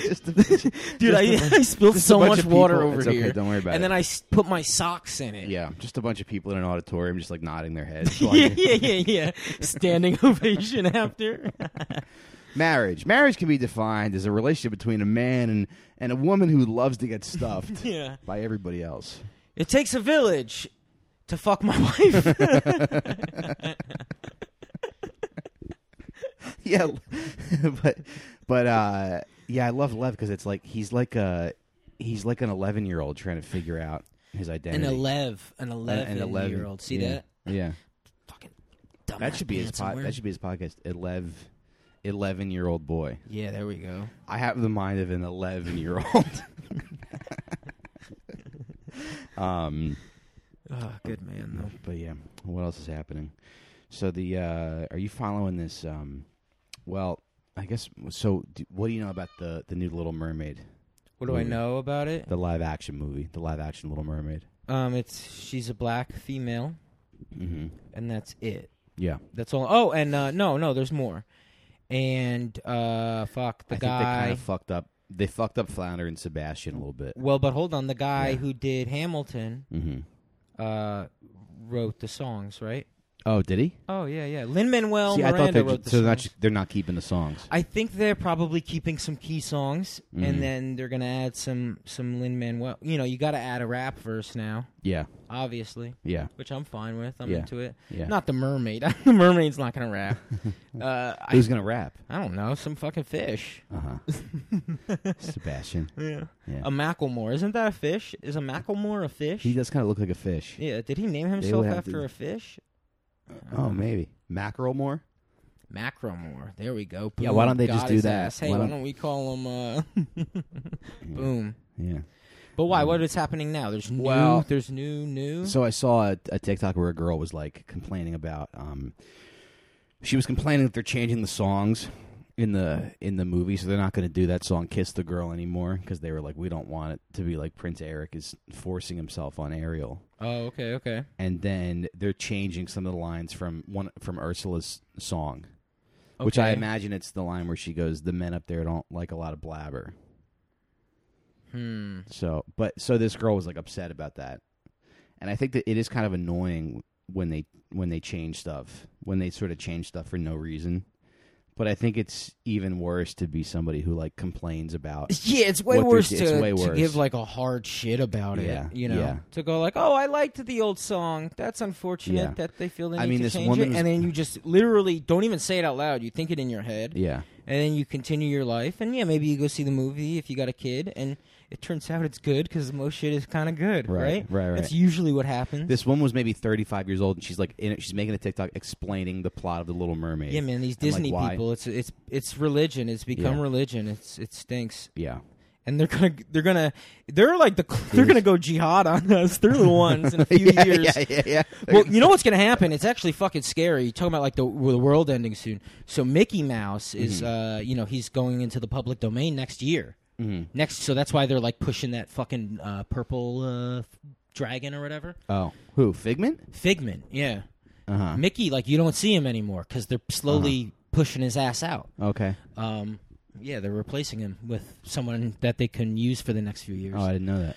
A: just a,
B: Dude, I,
A: Just a-
B: I spilled
A: just
B: so
A: a bunch
B: much
A: of
B: water
A: people.
B: over
A: It's okay,
B: here.
A: don't worry about
B: And then
A: it.
B: I s- put my socks in (laughs) it.
A: yeah, just a bunch of people in an auditorium, just like nodding their
B: (laughs)
A: heads.
B: yeah, yeah, yeah, yeah. Standing (laughs) ovation after.
A: Marriage. Marriage can be defined as a relationship between a man and and a woman who loves to get stuffed
B: (laughs) yeah.
A: by everybody else. (laughs)
B: It takes a village to fuck
A: (laughs)
B: my wife. (laughs)
A: yeah, (laughs) but but uh, yeah, I love Lev because it's like he's like a he's like an eleven year old trying to figure out his
B: an
A: identity.
B: elev, an eleven, year old. See
A: Uh, yeah.
B: that?
A: Yeah,
B: Fucking dumb.
A: that should be his pod, that should be his podcast. Elev. 11 year old boy.
B: Yeah, there we go.
A: I have the mind of an 11 year old. (laughs) um,
B: Oh, good man though.
A: But yeah, what else is happening? So the uh are you following this? um Well, I guess. So do, what do you know about the the new Little Mermaid,
B: What do I
A: Mm.
B: know about it?
A: the live action movie, the live action Little Mermaid?
B: Um, it's she's a black female,
A: Mm-hmm.
B: and that's it.
A: Yeah,
B: That's all. Oh, and uh, no, no, there's more. And uh, fuck the
A: I think they
B: guy.
A: kind of fucked up. They fucked up Flounder and Sebastian a little bit.
B: well, but hold on, the guy
A: Yeah.
B: who did Hamilton
A: Mm-hmm.
B: uh, wrote the songs, right?
A: Oh, did he?
B: Oh yeah, yeah. Lin Manuel
A: See, I
B: Miranda
A: thought they
B: wrote the
A: so they're not
B: songs.
A: ju- they're not keeping the songs.
B: I think they're probably keeping some key songs,
A: Mhm.
B: and then they're gonna add some some Lin Manuel. You know, you got to add a rap verse now,
A: Yeah,
B: obviously,
A: yeah,
B: which I'm fine with. I'm
A: Yeah.
B: into it.
A: yeah.
B: Not the mermaid. (laughs) the mermaid's not
A: (laughs)
B: gonna rap. uh, I,
A: Who's gonna rap?
B: I don't know. Some fucking fish.
A: Uh huh.
B: (laughs)
A: Sebastian.
B: Yeah.
A: Yeah.
B: A Macklemore. Isn't that a fish? Is a Macklemore a fish?
A: He does kind of look like a fish.
B: yeah. Did he name
A: would
B: himself
A: have
B: after
A: to-
B: a fish? Uh,
A: Oh, maybe mackerel more.
B: Macklemore. There we go.
A: Yeah, why
B: Boom.
A: don't they just
B: Got
A: do
B: his
A: that?
B: ass. Hey,
A: Why
B: why
A: don't-
B: don't, we call him uh, Boom?
A: Yeah.
B: But why?
A: Mm.
B: What is happening now? There's new.
A: Well-
B: there's new. New.
A: So I saw a, a TikTok where a girl was like complaining about. Um, she was complaining that they're changing the songs in the in the movie, so they're not going to do that song "Kiss the Girl" anymore because they were like, we don't want it to be like Prince Eric is forcing himself on Ariel.
B: oh, okay, okay.
A: And then they're changing some of the lines from one from Ursula's song, which I
B: Okay.
A: imagine it's the line where she goes, "The men up there don't like a lot of blabber."
B: Hmm.
A: So, but so this girl was like upset about that, and I think that it is kind of annoying when they when they change stuff when they sort of change stuff for no reason. But I think it's even worse to be somebody who like complains
B: (laughs)
A: about.
B: Yeah, it's way
A: What
B: worse
A: they-
B: to,
A: it's way
B: to
A: worse.
B: give like a hard shit about
A: Yeah,
B: it. You know,
A: yeah.
B: to go like, oh, I liked the old song. That's unfortunate
A: Yeah.
B: that they feel the need
A: I mean,
B: to
A: this
B: change
A: woman
B: it.
A: was-
B: And then you just literally don't even say it out loud. You think it in your head,
A: Yeah,
B: and then you continue your life. And yeah, maybe you go see the movie if you got a kid, and it turns out it's good because most shit is kind of good,
A: Right,
B: right?
A: right, right.
B: That's usually what happens.
A: this woman was maybe thirty five years old, and she's like, in it, she's making a TikTok explaining the plot of the Little Mermaid.
B: yeah, man,
A: And,
B: these
A: like,
B: Disney
A: why-
B: people, it's it's it's religion. It's become
A: Yeah.
B: religion. It's it stinks.
A: Yeah,
B: and they're gonna they're gonna they're like the they're gonna go jihad on us. They're the
A: (laughs)
B: ones in a few
A: yeah,
B: years.
A: yeah, yeah, yeah.
B: Well, you know what's gonna happen? It's actually fucking scary. You're talking about like the, the world ending soon. So Mickey Mouse is
A: Mm-hmm.
B: uh you know he's going into the public domain next year.
A: Mhm.
B: Next, so that's why they're like pushing that fucking uh, purple uh, f- dragon or whatever
A: Oh, who Figment?
B: Figment. Yeah,
A: Uh huh. Uh-huh.
B: Mickey like you don't see him anymore because they're slowly pushing his ass out.
A: Okay.
B: Um, yeah, they're replacing him with someone that they can use for the next few years.
A: Oh, I didn't know that.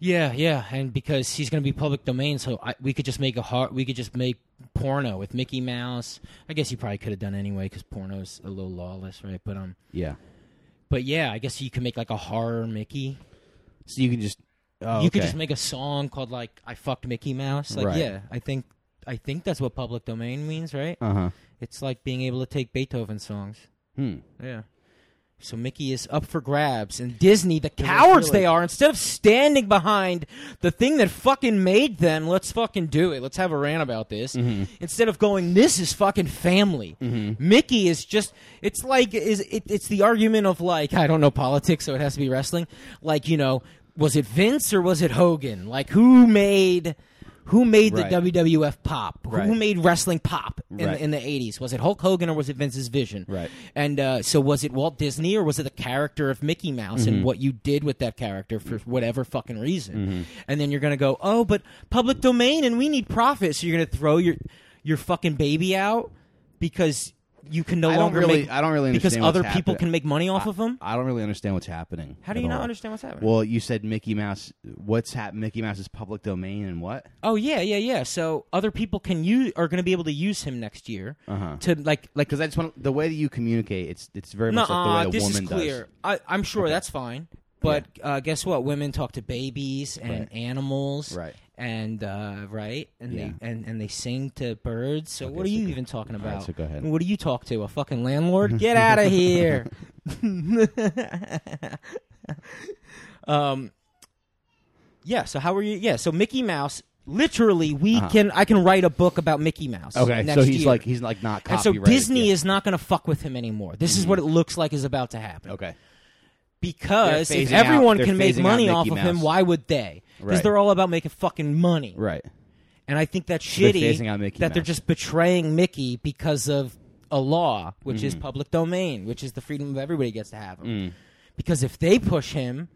B: Yeah, yeah, and because he's going to be public domain, so I, we could just make a hard, we could just make porno with Mickey Mouse. I guess he probably could have done anyway because porno's a little lawless, right? But um,
A: Yeah.
B: but yeah, I guess you can make like a horror Mickey.
A: So you can just. Oh,
B: You could
A: okay.
B: just make a song called like "I fucked Mickey Mouse." Like,
A: Right.
B: yeah, I think I think that's what public domain means, right?
A: Uh huh.
B: It's like being able to take Beethoven songs.
A: Hmm.
B: Yeah. So Mickey is up for grabs, and Disney, the
A: I
B: cowards
A: feel
B: they are, instead of standing behind the thing that fucking made them, let's fucking do it. Let's have a rant about this.
A: Mm-hmm.
B: Instead of going, this is fucking family. Mickey is just, it's like, is it, it's the argument of like, I don't know politics, so it has to be wrestling. Like, you know, was it Vince or was it Hogan? Like, who made, who made
A: Right.
B: the WWF pop?
A: Right.
B: Who made wrestling pop in,
A: Right.
B: the, in the 80s? Was it Hulk Hogan or was it Vince's vision?
A: Right.
B: And uh, so, was it Walt Disney or was it the character of Mickey Mouse
A: Mm-hmm.
B: and what you did with that character for whatever fucking reason? And then you're going to go, oh, but public domain and we need profit. So you're going to throw your your fucking baby out because you can no
A: I don't
B: longer
A: really-
B: make.
A: I don't really
B: because
A: understand what's
B: other people
A: happening.
B: can make money off of them.
A: I don't really understand what's happening.
B: How do
A: at
B: you not
A: all.
B: understand what's happening?
A: Well, you said Mickey Mouse. What's hap- Mickey Mouse's public domain and what?
B: oh yeah, yeah, yeah. So other people can use are going to be able to use him next year
A: Uh-huh.
B: to like like
A: Because I just want the way that you communicate. It's it's very
B: no,
A: much like the way a
B: this
A: woman
B: is clear.
A: does.
B: I, I'm sure that's fine. But uh, guess what? Women talk to babies and
A: Right.
B: animals,
A: Right.
B: And uh, right, and
A: Yeah.
B: they and, and they sing to birds. So what are
A: so
B: you
A: go-
B: even talking
A: All right,
B: about?
A: so go ahead.
B: What do you talk to? A fucking landlord?
A: (laughs)
B: Get out of here! um, yeah. So how are you? Yeah. So Mickey Mouse. Literally, we
A: Uh-huh.
B: can. I can write a book about Mickey Mouse.
A: Okay,
B: next
A: so he's
B: year.
A: like he's like not.
B: And so
A: copyrighted
B: Disney
A: yet.
B: is not going to fuck with him anymore. This
A: Mm-hmm.
B: is what it looks like is about to happen.
A: okay.
B: Because
A: They're
B: if
A: phasing out-
B: everyone
A: they're
B: can make
A: phasing out
B: money
A: Mickey
B: off of him,
A: Mouse.
B: why would they? Because
A: Right.
B: they're all about making fucking money.
A: Right.
B: And I think that's
A: they're
B: shitty
A: phasing out Mickey
B: that they're
A: Mouse.
B: just betraying Mickey because of a law, which
A: Mm.
B: is public domain, which is the freedom of everybody gets to have him. Because if they push him,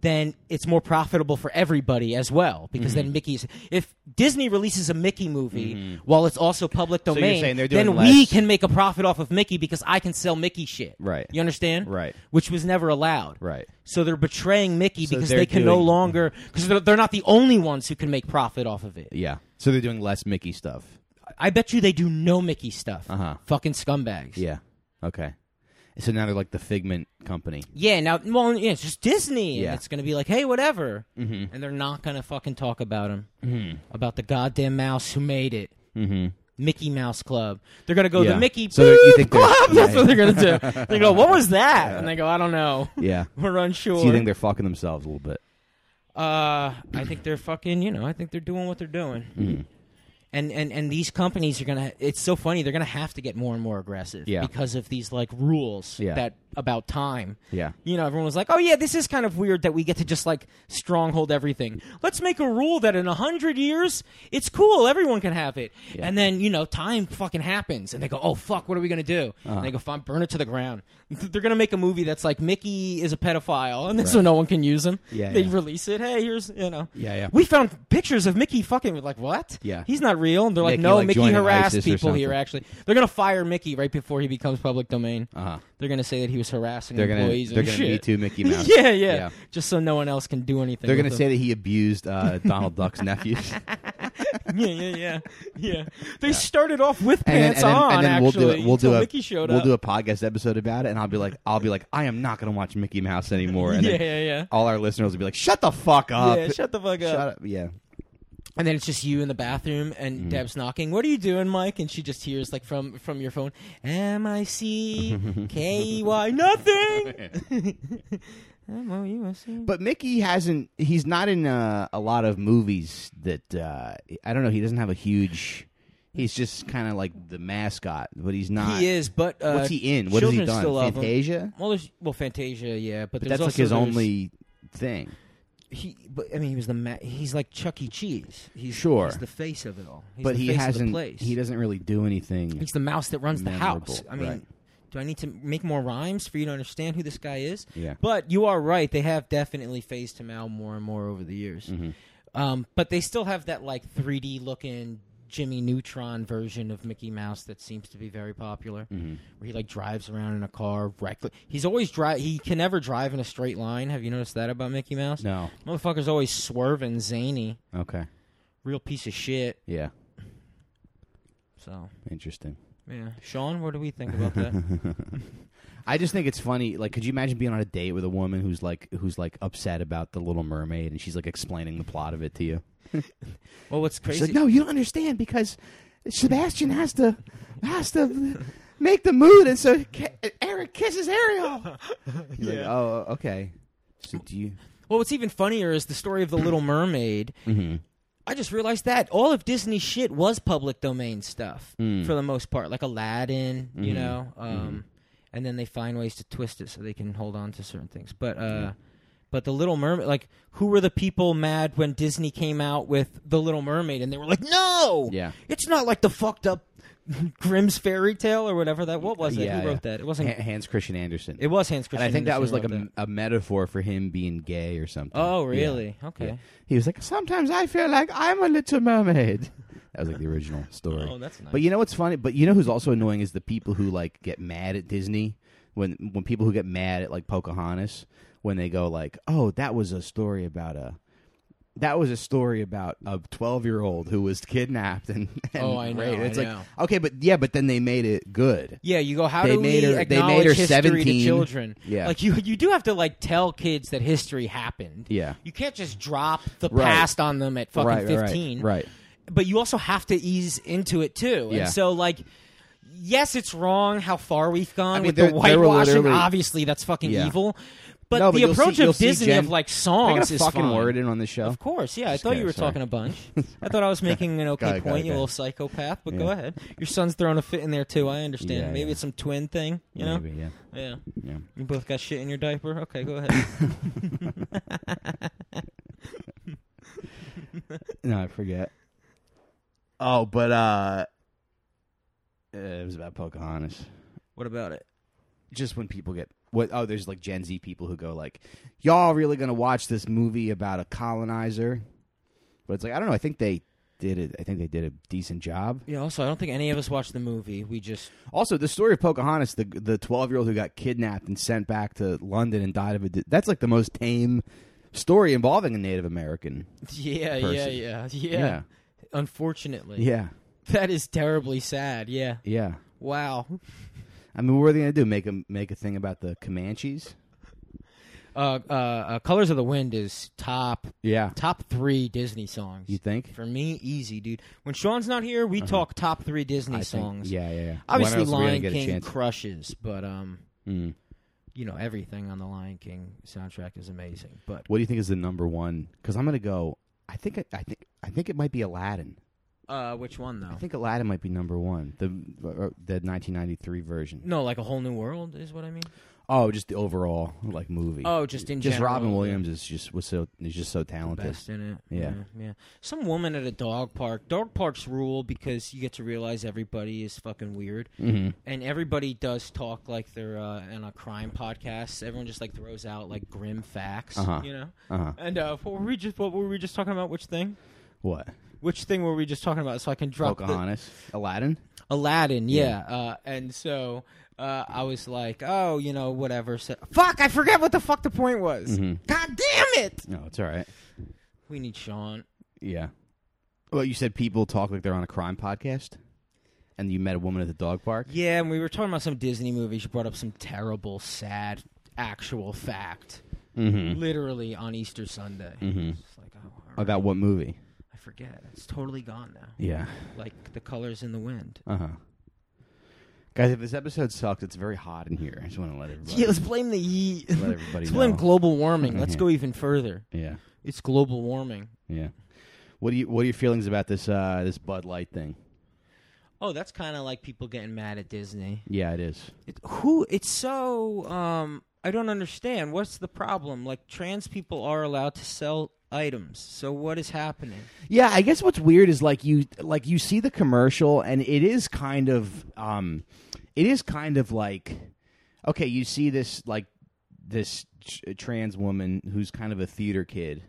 B: then it's more profitable for everybody as well. Because
A: Mm-hmm.
B: then Mickey's if Disney releases a Mickey movie while it's also public
A: you're
B: domain,
A: saying they're doing
B: then we
A: less-
B: can make a profit off of Mickey because I can sell Mickey shit.
A: Right.
B: You understand?
A: Right.
B: Which was never allowed.
A: Right.
B: So they're betraying Mickey
A: So
B: because
A: they're
B: they can no
A: doing-
B: longer because they're, they're not the only ones who can make profit off of it.
A: Yeah. So they're doing less Mickey stuff.
B: I bet you they do no Mickey stuff.
A: Uh-huh.
B: Fucking scumbags.
A: Yeah. Okay. So now they're like the Figment company.
B: Yeah, Now, well, yeah, it's just Disney.
A: Yeah.
B: And it's gonna be like, hey, whatever. Mm-hmm. And they're not gonna fucking talk about him. About the goddamn mouse who made it.
A: Mm-hmm.
B: Mickey Mouse Club. They're gonna go
A: Yeah.
B: the Mickey
A: So you
B: Boop
A: think they're-
B: Club. (laughs) That's
A: Yeah.
B: what they're gonna
A: (laughs)
B: do. They go, what was that? And they go, I don't know. (laughs)
A: Yeah.
B: We're unsure.
A: So you think they're fucking themselves a little bit?
B: Uh, I think they're fucking. You know, I think they're doing what they're doing.
A: Mm.
B: And and and these companies are gonna. It's so funny. They're gonna have to get more and more aggressive.
A: Yeah.
B: Because of these like rules.
A: Yeah.
B: That about time.
A: Yeah.
B: You know, everyone was like, "Oh yeah, this is kind of weird that we get to just like stronghold everything. Let's make a rule that in a hundred years, it's cool. Everyone can have it."
A: Yeah.
B: And then you know, time fucking happens, and they go, "Oh fuck, what are we gonna do?"
A: Uh-huh.
B: And they go, "Fine, burn it to the ground." (laughs) They're gonna make a movie that's like Mickey is a pedophile, (laughs) and then so no one can use him.
A: Yeah,
B: they
A: yeah.
B: release it. Hey, here's you know.
A: Yeah, yeah.
B: We found pictures of Mickey fucking with like what?
A: Yeah.
B: he's not real. And they're like,
A: Mickey,
B: "No,
A: like,
B: Mickey
A: joining
B: harassed
A: ISIS or
B: people here.
A: something.
B: Actually, they're gonna fire Mickey right before he becomes public domain."
A: Uh huh.
B: They're gonna say that he was harassing
A: They're gonna
B: employees
A: they're
B: and
A: gonna
B: shit.
A: Me Too
B: (laughs)
A: Mickey Mouse.
B: yeah, yeah,
A: Yeah.
B: Just so no one else can do anything.
A: They're
B: with
A: gonna say that he abused
B: (laughs)
A: uh, Donald Duck's nephews,
B: them. (laughs) yeah, yeah, yeah, yeah. They started off with
A: and then,
B: pants
A: and then,
B: on.
A: and then we'll
B: actually,
A: do it. We'll do
B: until
A: a
B: Mickey showed
A: we'll
B: up.
A: do a podcast episode about it, and I'll be like, I'll be like, I am not gonna watch Mickey Mouse anymore. And
B: (laughs) yeah,
A: then
B: yeah, yeah.
A: all our listeners will be like, Shut the fuck up.
B: yeah, shut the fuck up.
A: Shut up. Yeah.
B: And then it's just you in the bathroom, and
A: Mm.
B: Deb's knocking. What are you doing, Mike? And she just hears like from from your phone, M I C K
A: (laughs)
B: E Y, nothing. (laughs) M O U S E.
A: But Mickey hasn't. He's not in uh, a lot of movies that uh, I don't know. He doesn't have a huge. He's just kind of like the mascot, but he's not.
B: He is, but uh,
A: What's he in? What has he
B: children
A: done?
B: still love him.
A: Fantasia.
B: Well, there's well Fantasia, yeah,
A: But
B: but, there's
A: that's like
B: also
A: his
B: there's-
A: only thing.
B: he but I mean he was the ma- he's like Chuck E. Cheese. He's
A: Sure.
B: he's the face of it all. He's
A: but
B: the
A: he
B: face Of
A: hasn't.
B: the place.
A: He doesn't really do anything.
B: He's the mouse that runs the house.
A: Memorable,
B: I mean,
A: right.
B: do I need to make more rhymes for you to understand who this guy is?
A: Yeah.
B: But you are right. They have definitely phased him out more and more over the years.
A: Mm. Mm-hmm.
B: Um, but they still have that like 3D looking Jimmy Neutron version of Mickey Mouse that seems to be very popular,
A: Mm-hmm.
B: where he like drives around in a car reckless. He's always drive. He can never drive in a straight line. Have you noticed that about Mickey Mouse?
A: No.
B: Motherfucker's always swerving, zany,
A: Okay.
B: real piece of shit.
A: Yeah.
B: So
A: Interesting.
B: yeah, Sean, what do we think
A: (laughs)
B: about that?
A: I just think it's funny. Like, could you imagine being on a date with a woman who's like, who's like upset about the Little Mermaid, and she's like explaining the plot of it to you?
B: well, what's
A: She's
B: crazy?
A: like, no, you don't understand because Sebastian has to has to make the mood, and so Ca- Eric kisses Ariel.
B: (laughs)
A: You're like,
B: Yeah.
A: oh, okay. So do you?
B: Well, what's even funnier is the story of the Little Mermaid.
A: Mhm.
B: I just realized that all of Disney shit was public domain stuff
A: Mm.
B: for the most part, like Aladdin, you
A: Mhm.
B: know. Um, And then they find ways to twist it so they can hold on to certain things. But uh,
A: Yeah.
B: but the Little Mermaid, like, who were the people mad when Disney came out with the Little Mermaid and they were like, no,
A: Yeah.
B: it's not like the fucked up (laughs) Grimm's fairy tale or whatever that. What was it?
A: Uh, Yeah,
B: who wrote
A: yeah.
B: that? It wasn't.
A: Ha- Hans Christian Andersen.
B: it was Hans Christian.
A: and I think that
B: Andersen
A: was like
B: wrote
A: a, a metaphor for him being gay or something.
B: Oh
A: Yeah.
B: really? Okay.
A: Yeah. He was like, sometimes I feel like I'm a little mermaid. (laughs) That was like the original story.
B: Oh, that's nice.
A: But you know what's funny? But you know who's also annoying is the people who like get mad at Disney when when people who get mad at like Pocahontas when they go like, "Oh, that was a story about a that was a story about a 12-year-old who was kidnapped and, (laughs) and
B: Oh, I know,
A: raped."
B: I
A: It's
B: know.
A: like, "Okay, but yeah, but then they made it good."
B: Yeah, you go. How
A: They
B: do
A: made
B: we
A: her- they
B: acknowledge
A: made her
B: history
A: 17.
B: to children?
A: Yeah.
B: like you, you do have to like tell kids that history happened.
A: Yeah.
B: you can't just drop the
A: Right.
B: past on them at fucking
A: right, right,
B: fifteen.
A: Right.
B: but you also have to ease into it too.
A: Yeah.
B: And so, like, yes, it's wrong how far we've gone
A: mean,
B: with
A: there-
B: the
A: there were
B: whitewashing.
A: literally-
B: Obviously, that's fucking
A: Yeah.
B: evil. But
A: No, but
B: the
A: you'll see-
B: approach
A: you'll
B: of
A: see
B: Disney
A: Jen-
B: of like
A: I got
B: songs
A: a
B: Oh, is
A: fucking
B: fine.
A: word in on the show.
B: Of course, yeah. I
A: Just
B: thought
A: kidding,
B: you were
A: sorry.
B: talking
A: (laughs)
B: a bunch. I thought I was making an okay
A: Got it, got it,
B: point, you
A: got it.
B: little psychopath. But go ahead. Your son's throwing a fit in there too. I understand.
A: Yeah,
B: Maybe
A: yeah.
B: it's some twin thing. You know?
A: Maybe, yeah.
B: Yeah. (laughs)
A: Yeah.
B: You both got shit in your diaper. Okay, go ahead.
A: (coughs) No, I forget. Oh, but uh uh, it was about Pocahontas.
B: what about it?
A: Just when people get what oh, there's like Gen Z people who go like, Y'all really gonna watch this movie about a colonizer? But it's like I don't know, I think they did it I think they did a decent job.
B: Yeah. Also, I don't think any of us watched the movie.
A: (laughs)
B: We just
A: Also, the story of Pocahontas, the the twelve year old who got kidnapped and sent back to London and died of a di- that's like the most tame story involving a Native American.
B: yeah, yeah,
A: Person.
B: yeah, yeah, Unfortunately,
A: Yeah.
B: That is terribly sad. Yeah.
A: Yeah.
B: Wow.
A: I mean, what were they gonna do? Make a make a thing about the Comanches?
B: Uh, uh, uh, Colors of the Wind is top
A: Yeah.
B: top three Disney songs.
A: You think?
B: For me, easy, dude. When Sean's not here, we talk top three Disney
A: I
B: songs.
A: Think, yeah, yeah, yeah.
B: Obviously,
A: When else are we gonna
B: Lion
A: get a
B: King
A: chance?
B: crushes, but um,
A: Mm.
B: you know everything on the Lion King soundtrack is amazing. But
A: What do you think is the number one? Because I'm gonna go. I think. I think. I think it might be Aladdin.
B: uh, which one
A: I
B: though?
A: think Aladdin might be number one. The uh, the 1993 version.
B: No, like a whole new world is what I mean.
A: Oh, just the overall like movie.
B: Oh, just in
A: just
B: general,
A: Robin
B: yeah.
A: Williams is just was so is just so
B: the
A: talented.
B: best in it.
A: Yeah.
B: yeah, yeah. Some woman at a dog park. Dog parks rule because you get to realize everybody is fucking weird.
A: Mm-hmm.
B: and everybody does talk like they're uh, on a crime podcast. Everyone just like throws out like grim facts,
A: Uh-huh.
B: you know.
A: Uh huh.
B: And uh, what were we just? What were we just talking about? Which thing?
A: What?
B: Which thing were we just talking about? So I can drop the,
A: Pocahontas. Aladdin.
B: Aladdin, yeah. Uh, and so uh, I was like, oh, you know, whatever. So, fuck, I forget what the fuck the point was.
A: Mhm.
B: God damn it!
A: No, it's all right.
B: We need Sean.
A: Yeah. Well, you said people talk like they're on a crime podcast, and you met a woman at the dog park.
B: Yeah, and we were talking about some Disney movie. She brought up some terrible, sad, actual fact,
A: Mm-hmm.
B: literally on Easter Sunday.
A: Mhm.
B: It's like, oh, all right.
A: About what movie?
B: I forget. It's totally gone now.
A: Yeah.
B: Like the colors in the wind.
A: Uh huh. Guys, if this episode sucks, it's very hot in here. I just want to let everybody.
B: Yeah, let's blame the heat.
A: Let everybody
B: let's blame
A: know.
B: global warming. Let's
A: Mhm.
B: go even further.
A: yeah,
B: It's global warming.
A: yeah. What do you What are your feelings about this uh, this Bud Light thing?
B: Oh, that's kind of like people getting mad at Disney.
A: Yeah, it is.
B: It, who? It's so. Um, I don't understand. What's the problem? Like trans people are allowed to sell items. So what is happening?
A: Yeah, I guess what's weird is like you like you see the commercial and it is kind of um it is kind of like okay, you see this like this tr- trans woman who's kind of a theater kid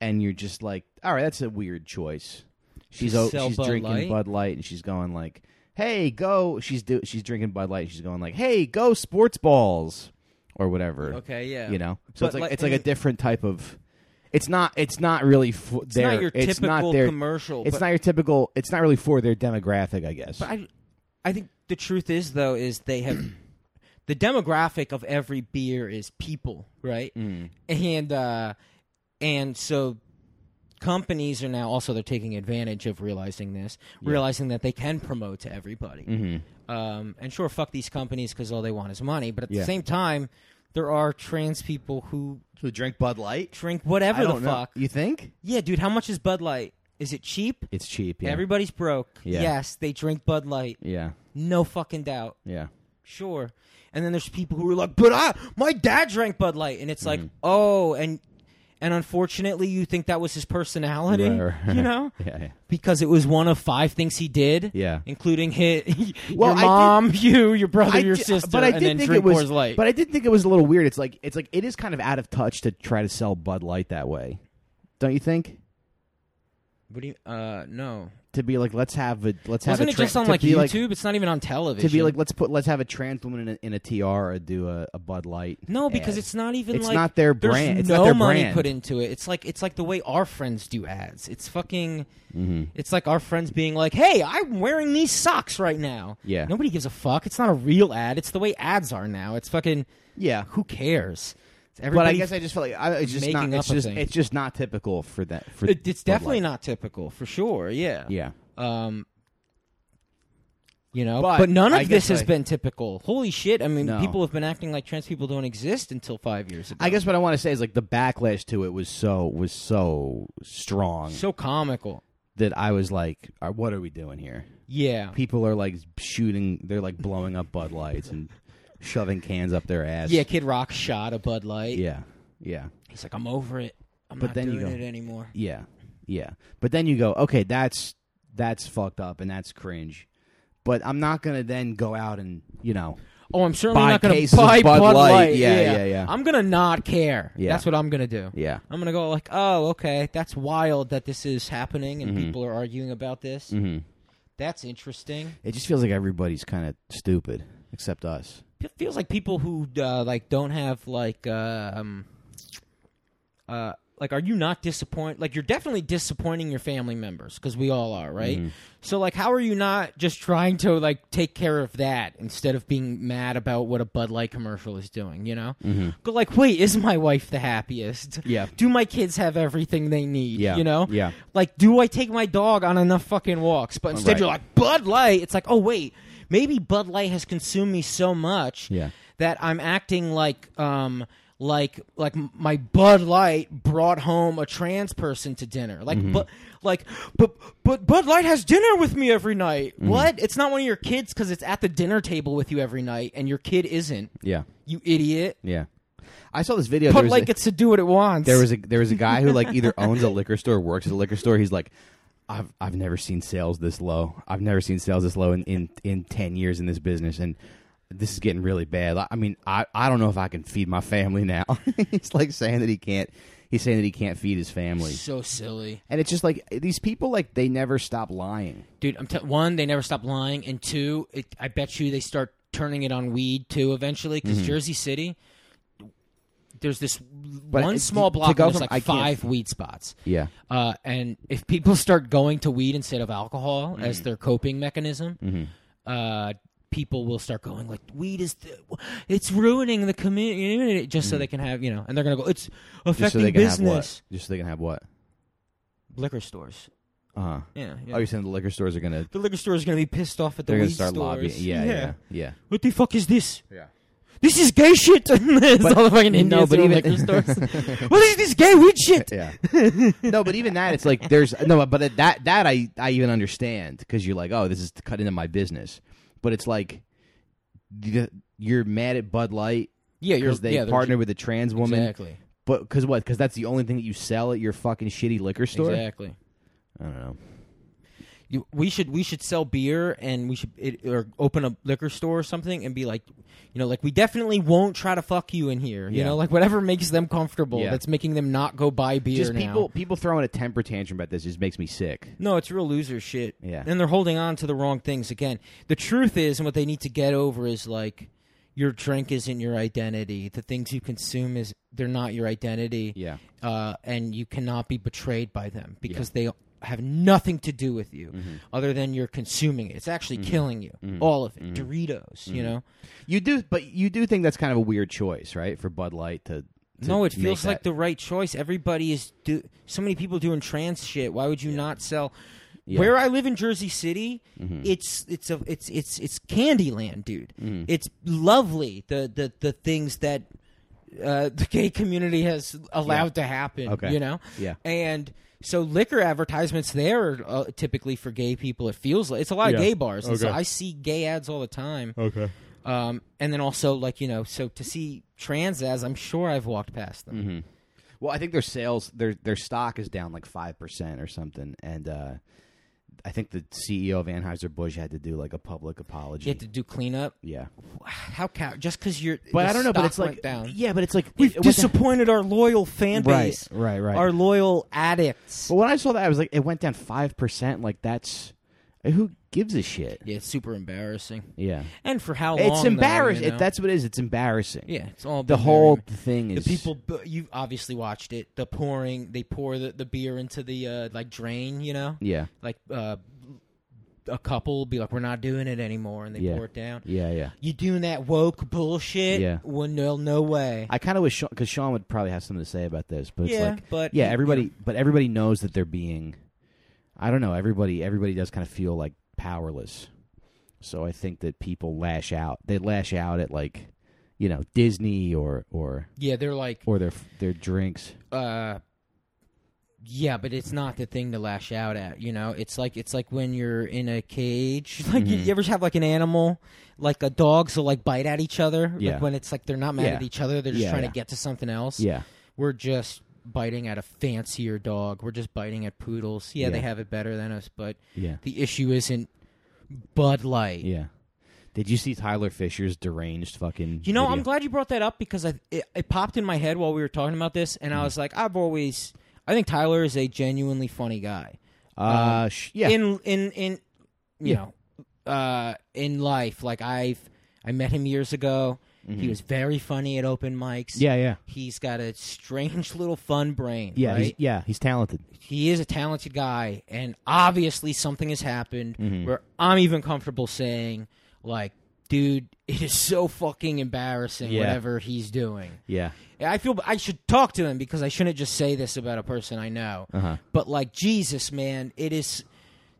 A: and you're just like, "All right, that's a weird choice." She's o-
B: sell
A: she's
B: Bud
A: drinking
B: Light?
A: Bud Light and she's going like, "Hey, go." She's do- she's drinking Bud Light. And she's going like, "Hey, go sports balls." Or whatever
B: Okay, yeah.
A: you know so
B: But
A: it's like,
B: like
A: it's like a
B: any-
A: different type of it's not it's not really f-
B: It's
A: their,
B: not your typical
A: it's not their,
B: commercial.
A: it's
B: but
A: not your typical it's not really for their demographic i guess
B: But I, I think the truth is though is they have (clears throat) the demographic of every beer is people, right?
A: Mm.
B: And uh, and so companies are now also they're taking advantage of realizing this, realizing that they can promote to everybody. Um, and sure, fuck these companies because all they want is money. But at
A: Mm-hmm. Yeah.
B: the same time, there are trans people who
A: who drink bud light
B: drink whatever
A: i don't
B: the
A: know
B: fuck.
A: you think
B: Yeah, dude, how much is Bud Light? Is it cheap?
A: it's cheap yeah
B: Everybody's broke.
A: Yeah.
B: Yes, they drink Bud Light.
A: yeah
B: No fucking doubt.
A: yeah
B: Sure. And then there's people who are like, but I, my dad drank Bud Light, and it's
A: Mm.
B: like, oh, and and unfortunately, you think that was his personality,
A: Right, right.
B: you know,
A: yeah yeah,
B: because it was one of five things he did,
A: yeah.
B: including hit
A: Well, I
B: (laughs) your
A: did-
B: mom, you, your brother,
A: I
B: your
A: di-
B: sister,
A: but I
B: and
A: did
B: then
A: think it
B: drink
A: was,
B: Coors Light.
A: But I did think it was a little weird. It's like it's like it is kind of out of touch to try to sell Bud Light that way, don't you think?
B: What do you? Uh, no.
A: to be like let's have a let's have
B: Wasn't
A: a
B: it just
A: tra-
B: on
A: to
B: like
A: be,
B: YouTube? it's not even on television.
A: to be like let's put let's have a trans woman in a, in a tiara do a, a Bud Light.
B: no, because
A: ad.
B: it's not even
A: It's
B: like
A: not their
B: there's
A: brand. It's
B: no
A: not their
B: money
A: brand.
B: put into it. It's like it's like the way our friends do ads. It's fucking.
A: Mm-hmm.
B: It's like our friends being like, "Hey, I'm wearing these socks right now."
A: Yeah.
B: Nobody gives a fuck. It's not a real ad. It's the way ads are now. It's fucking.
A: yeah.
B: Who cares? It's
A: But I
B: everybody.
A: guess I just felt like I, it's just not.
B: making up
A: It's
B: a
A: just
B: thing.
A: it's just not typical for that. For
B: It- it's
A: Bud
B: definitely
A: Light.
B: not typical for sure. Yeah.
A: Yeah.
B: Um, you know,
A: But
B: but, none
A: I
B: of this
A: guess
B: has
A: I-
B: been typical. Holy shit! I mean,
A: No.
B: people have been acting like trans people don't exist until five years ago.
A: I guess what I want to say is like the backlash to it was so was so strong
B: so comical.
A: that I was like, "Uh, "What are we doing here?"
B: Yeah,
A: People are like shooting. They're like blowing up Bud Lights and shoving cans up their ass.
B: yeah. Kid Rock shot a Bud Light.
A: yeah, yeah,
B: he's like, I'm over it. I'm
A: But
B: not
A: then you
B: doing
A: go-
B: it anymore.
A: yeah, yeah. But then you go, "Okay, that's that's fucked up and that's cringe." But I'm not gonna then go out and you know,
B: Oh, I'm certainly
A: Buy
B: not going
A: cases
B: to
A: of
B: buy
A: Bud
B: Bud,
A: Light.
B: Light.
A: Yeah, yeah, yeah.
B: I'm going to not care.
A: Yeah.
B: That's what I'm going to do.
A: yeah,
B: I'm going to go like, oh, okay, that's wild that this is happening and people are arguing about this.
A: mm-hmm.
B: That's interesting.
A: it just feels like everybody's kind of stupid except us.
B: It feels like people who uh, like don't have like uh, um uh like are you not disappointed like you're definitely disappointing your family members because we all are right
A: Mm-hmm.
B: so like how are you not just trying to like take care of that instead of being mad about what a bud light commercial is doing you know go like wait is my wife the happiest
A: Mm-hmm. Yeah.
B: do my kids have everything they need
A: Yeah.
B: you know
A: Yeah.
B: like do i take my dog on enough fucking walks but instead
A: Right.
B: you're like bud light it's like oh wait maybe bud light has consumed me so much
A: Yeah.
B: that I'm acting like um like like m- my Bud Light brought home a trans person to dinner. Like
A: Mm-hmm.
B: but like but but Bud Light has dinner with me every night.
A: Mm-hmm.
B: What? It's not one of your kids cuz it's at the dinner table with you every night and your kid isn't.
A: Yeah,
B: You idiot.
A: yeah. I saw this video.
B: Bud
A: there was
B: Light
A: a-
B: gets to do what it wants.
A: There was a there was a guy who like
B: (laughs)
A: either owns a liquor store or works at a liquor store. He's like, I've I've never seen sales this low. I've never seen sales this low in in, in ten years in this business, and this is getting really bad. I- I mean, I I don't know if I can feed my family now. (laughs) he's like saying that he can't. He's saying that he can't feed his family,
B: so silly.
A: and it's just like these people like they never stop lying.
B: Dude, I'm t- one they never stop lying and two, it, I bet you they start turning it on weed too eventually
A: Mm-hmm.
B: because Jersey City there's this one
A: it's-
B: small
A: to
B: block
A: go
B: and
A: from-
B: there's
A: I can't-
B: like five weed spots.
A: Yeah,
B: Uh, and if people start going to weed instead of alcohol
A: Mm.
B: as their coping mechanism,
A: Mm-hmm.
B: uh, people will start going like, "Weed is, the, it's ruining the community," just so they can have you know, and they're gonna go, "It's
A: Mm. just so
B: affecting
A: they can have what?
B: business,
A: Just so they can have what?
B: liquor stores."
A: Uh huh.
B: Yeah, yeah.
A: Oh, you're saying the liquor stores are gonna
B: the liquor stores are gonna be pissed off at the
A: they're
B: weed
A: gonna start
B: stores.
A: lobbying?
B: (laughs)
A: Yeah, yeah, yeah.
B: What the fuck is this?
A: yeah.
B: This is gay shit. (laughs) it's all the
A: (laughs)
B: fucking
A: no,
B: Indians
A: but
B: in the
A: even-
B: liquor
A: (laughs)
B: stores. what is this gay weed shit? (laughs)
A: Yeah. no, but even that, it's like there's no, but that that I I even understand because you're like, oh, this is to cut into my business, but it's like the- you're mad at Bud Light
B: Yeah, you're
A: because they
B: yeah, they're-
A: partnered with a trans woman,
B: Exactly.
A: but because what? Because that's the only thing that you sell at your fucking shitty liquor store.
B: Exactly.
A: I don't know.
B: You, we should we should sell beer and we should it, or open a liquor store or something and be like, you know, like we definitely won't try to fuck you in here. You
A: Yeah.
B: know, like whatever makes them comfortable.
A: Yeah.
B: That's making them not go buy beer.
A: Just
B: now.
A: people people throwing a temper tantrum about this just makes me sick.
B: No, it's real loser shit.
A: Yeah.
B: And they're holding on to the wrong things again. The truth is, and what they need to get over is like, your drink isn't your identity. The things you consume is they're not your identity.
A: Yeah.
B: Uh, and you cannot be betrayed by them because they have nothing to do with you
A: Mm-hmm.
B: other than you're consuming it. It's actually killing you. All of it.
A: Mm-hmm.
B: Doritos, you know?
A: You do, but you do think that's kind of a weird choice, right? For Bud Light to, to
B: No, it
A: make
B: feels like
A: that-
B: the right choice. Everybody is do so many people doing trans shit. Why would you not sell?
A: Yeah. Mm-hmm.
B: Where I live in Jersey City, it's it's a it's it's it's Candyland, dude.
A: Mm-hmm.
B: It's lovely. The the the things that uh, the gay community has allowed to happen.
A: Okay.
B: You know.
A: Yeah.
B: And so liquor advertisements there are uh, typically for gay people. It feels like it's a lot of
A: Yeah.
B: gay bars, and so
A: Okay.
B: I see gay ads all the time.
A: okay.
B: Um, and then also like you know, so to see trans ads, I'm sure I've walked past them.
A: Well, I think their sales, their their stock is down like five percent or something, and uh, I think the CEO of Anheuser Busch had to do like a public apology.
B: You have to do cleanup.
A: yeah,
B: How cow? Just because you're,
A: but
B: the
A: I don't know. But
B: stock
A: it's like
B: went down.
A: yeah, but it's like
B: We've
A: it- it wasn't-
B: disappointed our loyal fan
A: Right,
B: base,
A: right, right.
B: Our loyal addicts.
A: But when I saw that, I was like, it went down five percent. Like that's who gives a shit.
B: Yeah, it's super embarrassing.
A: Yeah,
B: And for how long?
A: it's
B: though,
A: embarrassing.
B: you know?
A: It, that's what it is. It's embarrassing.
B: yeah, it's all
A: the
B: been
A: whole
B: very-
A: thing
B: The
A: is
B: people bu- you obviously watched it. The pouring, they pour the, the beer into the uh, like drain, you know,
A: Yeah,
B: like uh, a couple will be like, "We're not doing it anymore," and they
A: Yeah.
B: pour it down.
A: yeah, yeah.
B: You doing that woke bullshit?
A: Yeah.
B: Well, no, no way.
A: I kind of wish because Sean would probably have something to say about this, but it's
B: yeah,
A: like
B: but
A: yeah, everybody, but everybody knows that they're being. I don't know. Everybody, everybody does kind of feel like powerless. So I think that people lash out. They lash out at like, you know, Disney or or
B: Yeah, they're like,
A: or their their drinks.
B: uh, yeah, but it's not the thing to lash out at. You know, it's like it's like when you're in a cage. (laughs) Like
A: Mm-hmm.
B: you, you ever have like an animal, like a dogs will like bite at each other.
A: Yeah.
B: Like when it's like they're not mad
A: Yeah.
B: at each other, they're just
A: Yeah,
B: trying
A: yeah.
B: to get to something else.
A: Yeah,
B: We're just biting at a fancier dog. We're just biting at poodles. Yeah, they
A: Yeah.
B: have it better than us, but
A: yeah,
B: the issue isn't Bud Light.
A: yeah. Did you see Tyler Fisher's deranged fucking?
B: You know, I'm
A: video?
B: glad you brought that up because I it, it popped in my head while we were talking about this, and
A: Mm.
B: I was like, I've always, I think Tyler is a genuinely funny guy.
A: Uh, sh- yeah,
B: um, In in in, you
A: Yeah.
B: know, uh, in life, like I've I met him years ago. He was very funny at open mics.
A: Mm-hmm. yeah, yeah,
B: he's got a strange (laughs) little fun brain.
A: yeah. He's,
B: right?
A: yeah, he's talented.
B: he is a talented guy, and obviously something has happened
A: Mm-hmm.
B: where I'm even comfortable saying, like, dude, (laughs) it is so fucking embarrassing
A: Yeah.
B: whatever he's doing.
A: Yeah,
B: I feel I should talk to him because I shouldn't just say this about a person I know.
A: Uh-huh.
B: But like Jesus, man, it is.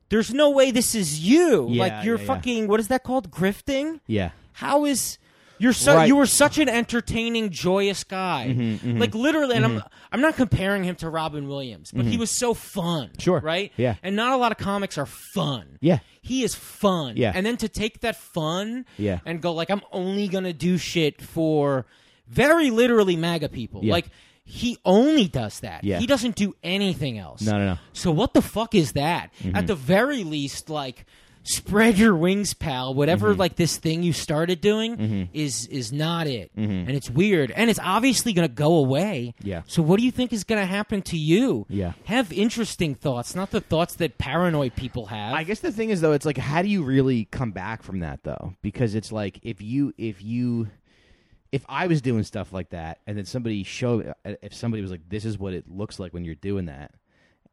B: There's no way this is you.
A: Yeah,
B: like you're
A: yeah, yeah.
B: fucking. What is that called? Grifting.
A: yeah,
B: How is you're so
A: Right. Mm-hmm,
B: you were such an entertaining, joyous guy. Like literally, and I'm I'm not comparing him to Robin Williams, but he was so fun.
A: Mm-hmm. Sure.
B: right?
A: Yeah.
B: and not a lot of comics are fun.
A: Yeah.
B: he is fun.
A: Yeah.
B: and then to take that fun,
A: Yeah.
B: and go like I'm only gonna do shit for very literally MAGA people.
A: Yeah.
B: Like he only does that.
A: Yeah.
B: he doesn't do anything else.
A: No, no, no.
B: So what the fuck is that?
A: Mm-hmm.
B: At the very least, like spread your wings, pal. Whatever
A: Mm-hmm.
B: like this thing you started doing is is not it. And it's weird. And it's obviously gonna go away.
A: Mm-hmm. Yeah.
B: So what do you think is gonna happen to you?
A: Yeah.
B: Have interesting thoughts, not the thoughts that paranoid people have.
A: I guess the thing is though, it's like how do you really come back from that though? Because it's like if you if you if I was doing stuff like that, and then somebody showed uh, if somebody was like, "This is what it looks like when you're doing that,"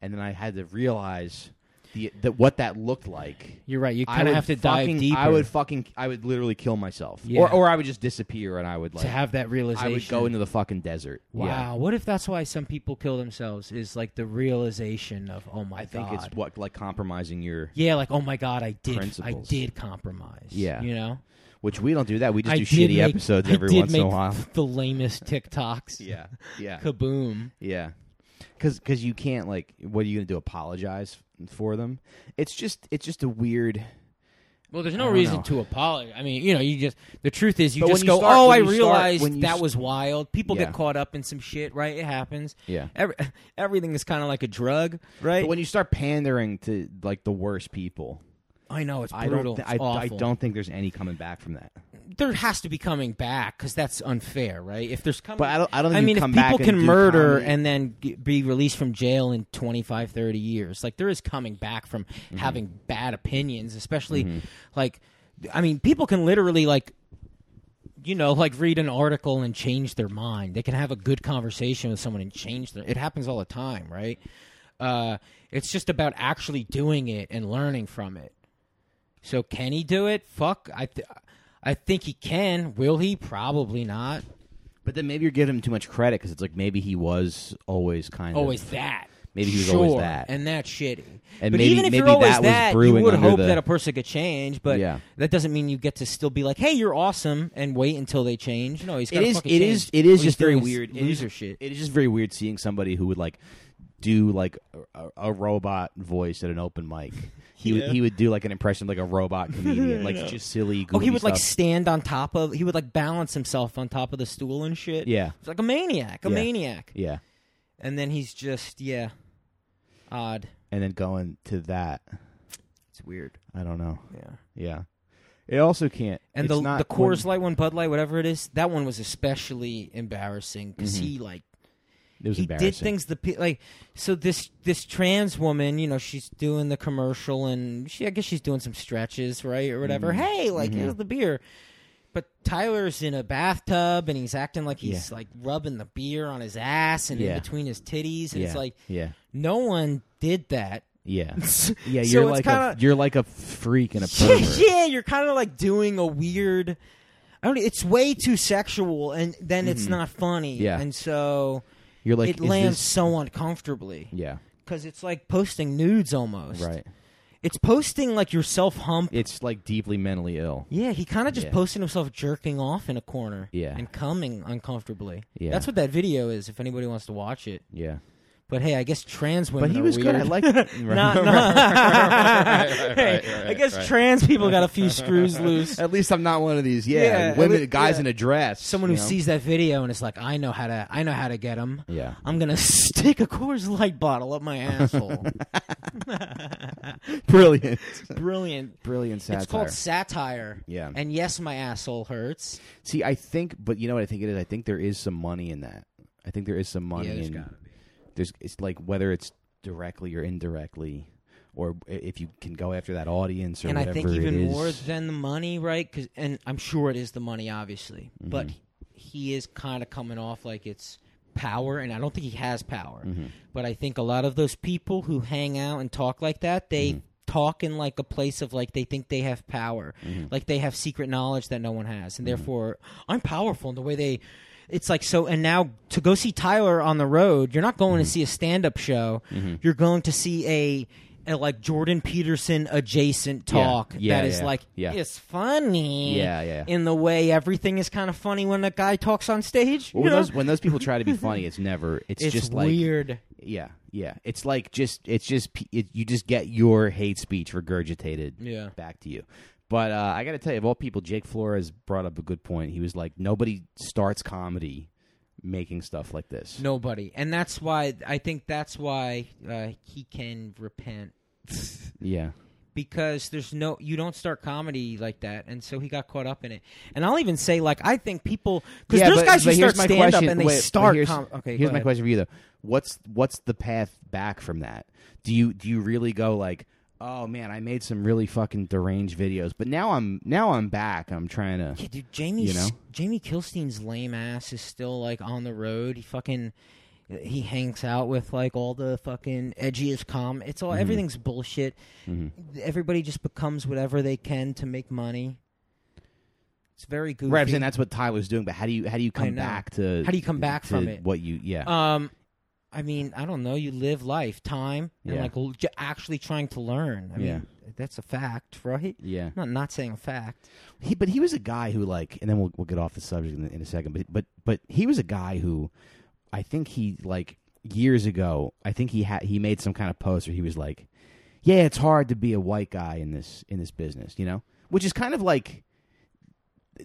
A: and then I had to realize the that what that looked like.
B: You're right. You
A: I
B: kind of
A: would
B: have to
A: fucking,
B: dive deeper
A: I would fucking I would literally kill myself,
B: Yeah.
A: or or I would just disappear, and I would like
B: to have that realization.
A: I would go into the fucking desert.
B: Wow,
A: Yeah.
B: what if that's why some people kill themselves? Is like the realization of oh my
A: I think
B: god,
A: it's what like compromising your.
B: Yeah, like oh my god, I did,
A: Principles.
B: I did compromise.
A: Yeah.
B: you know,
A: Which we don't do that. We just
B: I
A: do
B: did
A: shitty
B: make-
A: episodes
B: I
A: every
B: did
A: once in a
B: make (laughs)
A: while.
B: The lamest TikToks.
A: Yeah, yeah.
B: kaboom.
A: Yeah. Cause, Cause, you can't like. What are you gonna do? Apologize for them? It's just, it's just a weird.
B: Well, there's
A: I
B: no
A: don't
B: reason
A: know.
B: to apologize. I mean, you know, you just the truth is you
A: But
B: just
A: when
B: go,
A: you start-
B: oh,
A: when
B: I
A: you start-
B: realized
A: when you
B: that
A: s-
B: was wild. People
A: Yeah.
B: get caught up in some shit, right? It happens.
A: Yeah.
B: Every, (laughs) everything is kind of like a drug, right?
A: But when you start pandering to like the worst people,
B: I know it's
A: I don't,
B: brutal.
A: thi-
B: It's
A: I, I
B: awful.
A: don't think there's any coming back from that.
B: There has to be coming back because that's unfair, right? If there's coming,
A: But I don't, I don't. Think
B: I
A: you
B: mean, if
A: come
B: people
A: back
B: can
A: and do
B: murder
A: comedy-
B: and then g- be released from jail in 25, 30 years, like there is coming back from
A: Mm-hmm.
B: having bad opinions, especially like, I mean, people can literally like, you know, like read an article and change their mind. They can have a good conversation with someone and change their. It happens all the time, right? Uh, it's just about actually doing it and learning from it. So can he do it? Fuck, I, th- I think he can. Will he? Probably not.
A: but then maybe you're giving him too much credit because it's like maybe he was always kind of
B: always that.
A: Maybe he was
B: sure.
A: always that.
B: and that's shitty.
A: And
B: but
A: maybe-
B: even if you're
A: maybe
B: always
A: that
B: that,
A: was
B: you
A: brewing
B: would
A: under
B: hope
A: the-
B: that a person could change. But
A: Yeah.
B: that doesn't mean you get to still be like, "Hey, you're awesome," and wait until they change. No, he's
A: It
B: gotta
A: is,
B: fucking
A: it
B: change.
A: is, it is
B: What he's
A: just very
B: doing
A: weird. It is-
B: Loser shit.
A: It is just very weird seeing somebody who would like do like a, a- a robot voice at an open mic. He would,
B: Yeah.
A: he would do like an impression of like a
B: (laughs)
A: robot comedian, like just silly. Goofy
B: Oh, he would like
A: stuff.
B: stand on top of. He would like balance himself on top of the stool and shit.
A: Yeah.
B: it's like a maniac, a
A: Yeah.
B: maniac.
A: Yeah.
B: And then he's just yeah, odd.
A: And then going to that.
B: It's weird.
A: I don't know.
B: Yeah.
A: Yeah. It also can't.
B: And
A: it's
B: the
A: not
B: the Coors Light one, Bud Light, whatever it is, that one was especially embarrassing because he like
A: It was
B: he
A: Mm-hmm. embarrassing.
B: did things the pe- like so this this trans woman you know she's doing the commercial and she i guess she's doing some stretches right or whatever
A: Mm-hmm.
B: hey like here's the beer but tyler's in a bathtub and he's acting like he's like rubbing the beer on his ass and
A: Yeah.
B: in between his titties and
A: Yeah.
B: it's like
A: Yeah.
B: no one did that
A: Yeah.
B: (laughs) so
A: Yeah,
B: it's
A: you're like
B: kinda,
A: a you're like a freak and a pervert.
B: (laughs) yeah, you're kind of like doing a weird. I don't. e, It's way too sexual, and then it's not funny.
A: Mm-hmm. Yeah.
B: and so
A: You're like
B: it
A: is
B: lands
A: this-
B: so uncomfortably
A: Yeah,
B: because it's like posting nudes almost.
A: right.
B: It's posting like yourself hump.
A: It's like deeply mentally ill.
B: yeah, he kind of just
A: Yeah.
B: posted himself jerking off in a corner.
A: Yeah.
B: and coming uncomfortably.
A: Yeah.
B: that's what that video is. If anybody wants to watch it,
A: Yeah,
B: but hey, I guess trans women.
A: but he
B: are
A: was good. I (laughs)
B: weird.
A: like. Right,
B: (laughs) Not,
A: right,
B: no.
A: right, right,
B: (laughs) Hey,
A: right,
B: I
A: right,
B: guess
A: right.
B: trans people got a
A: (laughs)
B: few screws loose.
A: At least I'm not one of these. Yeah,
B: Yeah, at
A: women,
B: lea-
A: guys
B: yeah.
A: in a dress.
B: someone who
A: you know?
B: sees that video and is like, I know how to, I know how to get them.
A: Yeah.
B: I'm gonna (laughs) stick a Coors Light bottle up
A: (laughs)
B: my asshole.
A: (laughs) Brilliant,
B: Brilliant.
A: brilliant satire.
B: It's called satire.
A: Yeah.
B: And yes, my asshole hurts.
A: See, I think, but you know what I think it is. I think there is some money in that. I think there is some money
B: Yeah, there's
A: in.
B: gotta be.
A: There's it's like whether it's directly or indirectly, or i- if you can go after that audience or
B: and I
A: whatever.
B: think
A: it
B: even more
A: is.
B: than the money, right? 'Cause- and I'm sure it is the money, obviously,
A: Mm-hmm.
B: but he is kind of coming off like it's power, and I don't think he has power.
A: Mm-hmm.
B: But I think a lot of those people who hang out and talk like that, they
A: Mm-hmm.
B: talk in like a place of like they think they have power,
A: Mm-hmm.
B: like they have secret knowledge that no one has, and therefore I'm powerful in the way they. It's like so, and now to go see Tyler on the road, you're not going
A: Mm-hmm.
B: to see a stand-up show. You're going to see a, a like Jordan Peterson adjacent
A: Yeah.
B: talk
A: Yeah,
B: that is
A: yeah,
B: like
A: yeah.
B: it's funny.
A: Yeah, yeah.
B: In the way everything is kind of funny when a guy talks on stage.
A: Well,
B: you
A: when
B: know? (laughs)
A: those when those people try to be funny, it's never. It's,
B: it's
A: just like
B: weird.
A: Yeah, yeah. It's like just it's just p- it, you just get your hate speech regurgitated
B: Yeah.
A: back to you. But uh, I got to tell you, of all people, Jake Flores brought up a good point. He was like, nobody starts comedy making stuff like this.
B: Nobody, and that's why I think that's why uh, he can repent
A: Yeah,
B: because there's no you don't start comedy like that, and so he got caught up in it. And I'll even say like I think people because
A: yeah,
B: there's
A: but-
B: guys who
A: but here's
B: start
A: my
B: stand up
A: question-
B: and they
A: wait, but
B: start.
A: Here's,
B: com- okay,
A: here's
B: go
A: my
B: ahead.
A: question for you though. What's what's the path back from that? Do you do you really go like, oh man, I made some really fucking deranged videos, but now I'm now I'm back. I'm trying to.
B: Yeah, dude, Jamie,
A: You know?
B: Jamie Kilstein's lame ass is still like on the road. He fucking he hangs out with like all the fucking edgiest com. It's
A: Mm-hmm.
B: all everything's bullshit. Everybody just becomes whatever they can to make money. It's very goofy.
A: Right, I'm saying that's what Tyler's doing, but how do you how do you come
B: know.
A: back to
B: How do you come back
A: to
B: from it?
A: What you yeah
B: um, I mean, I don't know. You live life, time, and
A: Yeah.
B: like l- j- actually trying to learn. I
A: Yeah.
B: mean, that's a fact, right?
A: yeah.
B: I'm not not saying a fact.
A: He, but he was a guy who like, and then we'll we'll get off the subject in, in a second. But but but he was a guy who, I think he like years ago. I think he had he made some kind of post where he was like, yeah, it's hard to be a white guy in this in this business, you know, which is kind of like.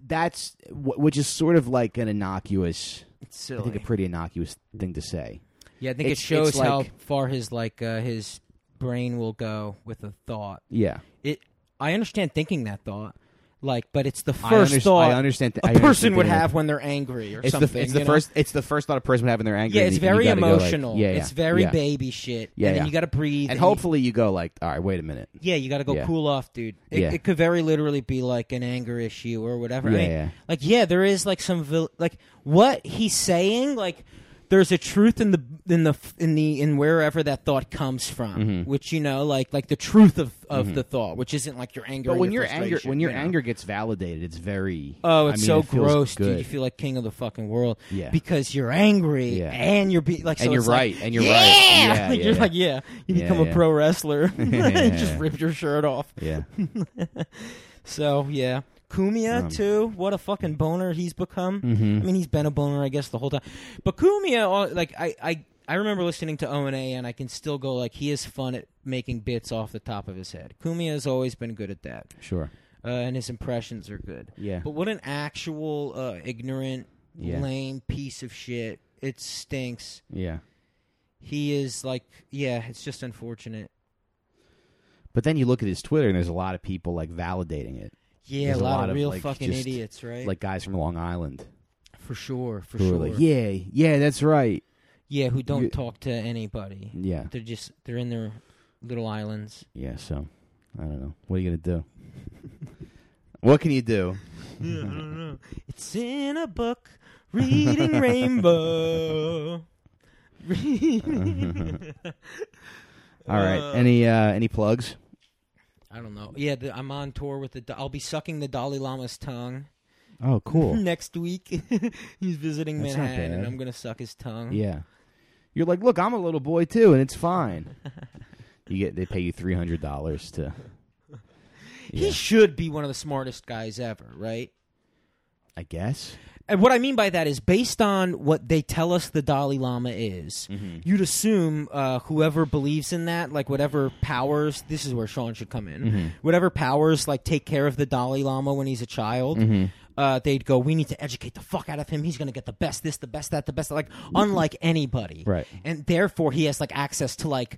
A: That's wh- which is sort of like an innocuous,
B: It's
A: I
B: silly.
A: think, a pretty innocuous thing to say.
B: Yeah, I think
A: It's-
B: it
A: it's
B: shows how
A: like-
B: far his like uh, his brain will go with a thought.
A: Yeah,
B: It I understand thinking that thought, like, but it's the
A: I,
B: first
A: under-
B: thought
A: I understand.
B: a
A: I understand
B: person would
A: that-
B: have when they're angry or
A: It's
B: something.
A: the it's
B: you
A: the
B: know?
A: first it's the first thought a person would have when they're angry.
B: Yeah,
A: and
B: it's
A: you- you
B: very
A: gotta go, like-
B: emotional.
A: yeah, yeah,
B: it's very
A: yeah.
B: baby shit.
A: Yeah,
B: and
A: yeah.
B: then you got to
A: (laughs)
B: breathe.
A: And
B: you-
A: hopefully you go like, all right, wait a minute.
B: yeah, you got to go
A: Yeah.
B: cool off, dude. It,
A: Yeah.
B: it could very literally be like an anger issue or whatever. I
A: Yeah,
B: mean,
A: yeah.
B: Like, yeah, there is like some vil- like what he's saying. Like, there's a truth in the in the in the in wherever that thought comes from,
A: Mm-hmm.
B: which you know, like like the truth of of the thought, which isn't like your anger.
A: But
B: or
A: when
B: your
A: your anger
B: frustration,
A: when your
B: you know?
A: anger gets validated, it's very
B: Oh,
A: I
B: it's
A: mean,
B: so
A: it feels
B: gross,
A: good.
B: dude. You feel like king of the fucking world.
A: Yeah.
B: Because you're angry
A: Yeah.
B: and you're be- like so
A: and you're
B: it's like,
A: right, and you're
B: yeah!
A: right. Yeah,
B: (laughs) Like,
A: yeah,
B: you're
A: yeah.
B: like, yeah. You
A: Yeah,
B: become a
A: yeah.
B: pro wrestler. (laughs)
A: (laughs) Yeah.
B: Just rip your shirt off. (laughs)
A: yeah.
B: So yeah. Kumia
A: Um,
B: too. What a fucking boner he's become.
A: Mhm.
B: I mean, he's been a boner, I guess, the whole time. But Kumia, all- like I, I, I remember listening to O and A, and I can still go like he is fun at making bits off the top of his head. Kumia has always been good at that,
A: Sure.
B: uh, and his impressions are good.
A: Yeah.
B: But what an actual uh, ignorant,
A: Yeah.
B: lame piece of shit. It stinks.
A: Yeah.
B: He is like, yeah, it's just unfortunate.
A: But then you look at his Twitter, and there's a lot of people like validating it,
B: Yeah,
A: There's
B: a lot, of real
A: like,
B: fucking
A: just-
B: idiots, right?
A: like guys from Long Island
B: for sure, for
A: who
B: sure.
A: are like, "Yeah, yeah, that's right."
B: Yeah, who don't
A: You-
B: talk to anybody.
A: Yeah,
B: They're just they're in their little islands.
A: yeah. So I don't know. What are you gonna
B: (laughs)
A: do? what can you do? (laughs) Mm-hmm.
B: It's in a book,
A: (laughs)
B: reading rainbow. Reading-
A: All right.
B: Uh,
A: any uh, any plugs?
B: I don't know. Yeah, the, I'm on tour with the. Do- I'll be sucking the Dalai Lama's tongue
A: Oh, cool.
B: (laughs) next week. He's visiting
A: That's not
B: Manhattan, and
A: bad.
B: I'm gonna suck his tongue.
A: yeah. You're like, look, I'm a little boy too, and it's
B: (laughs)
A: fine. You get they pay you three hundred dollars to.
B: He
A: Yeah,
B: should be one of the smartest guys ever, right?
A: I guess.
B: And what I mean by that is based on what they tell us the Dalai Lama is,
A: Mm-hmm.
B: you'd assume uh, whoever believes in that, like whatever powers, this is where Sean should come in,
A: Mm-hmm.
B: whatever powers like take care of the Dalai Lama when he's a child,
A: Mm-hmm.
B: uh, they'd go, we need to educate the fuck out of him. He's going to get the best this, the best that, the best, that," like unlike anybody.
A: Mm-hmm. Right.
B: And therefore he has like access to like,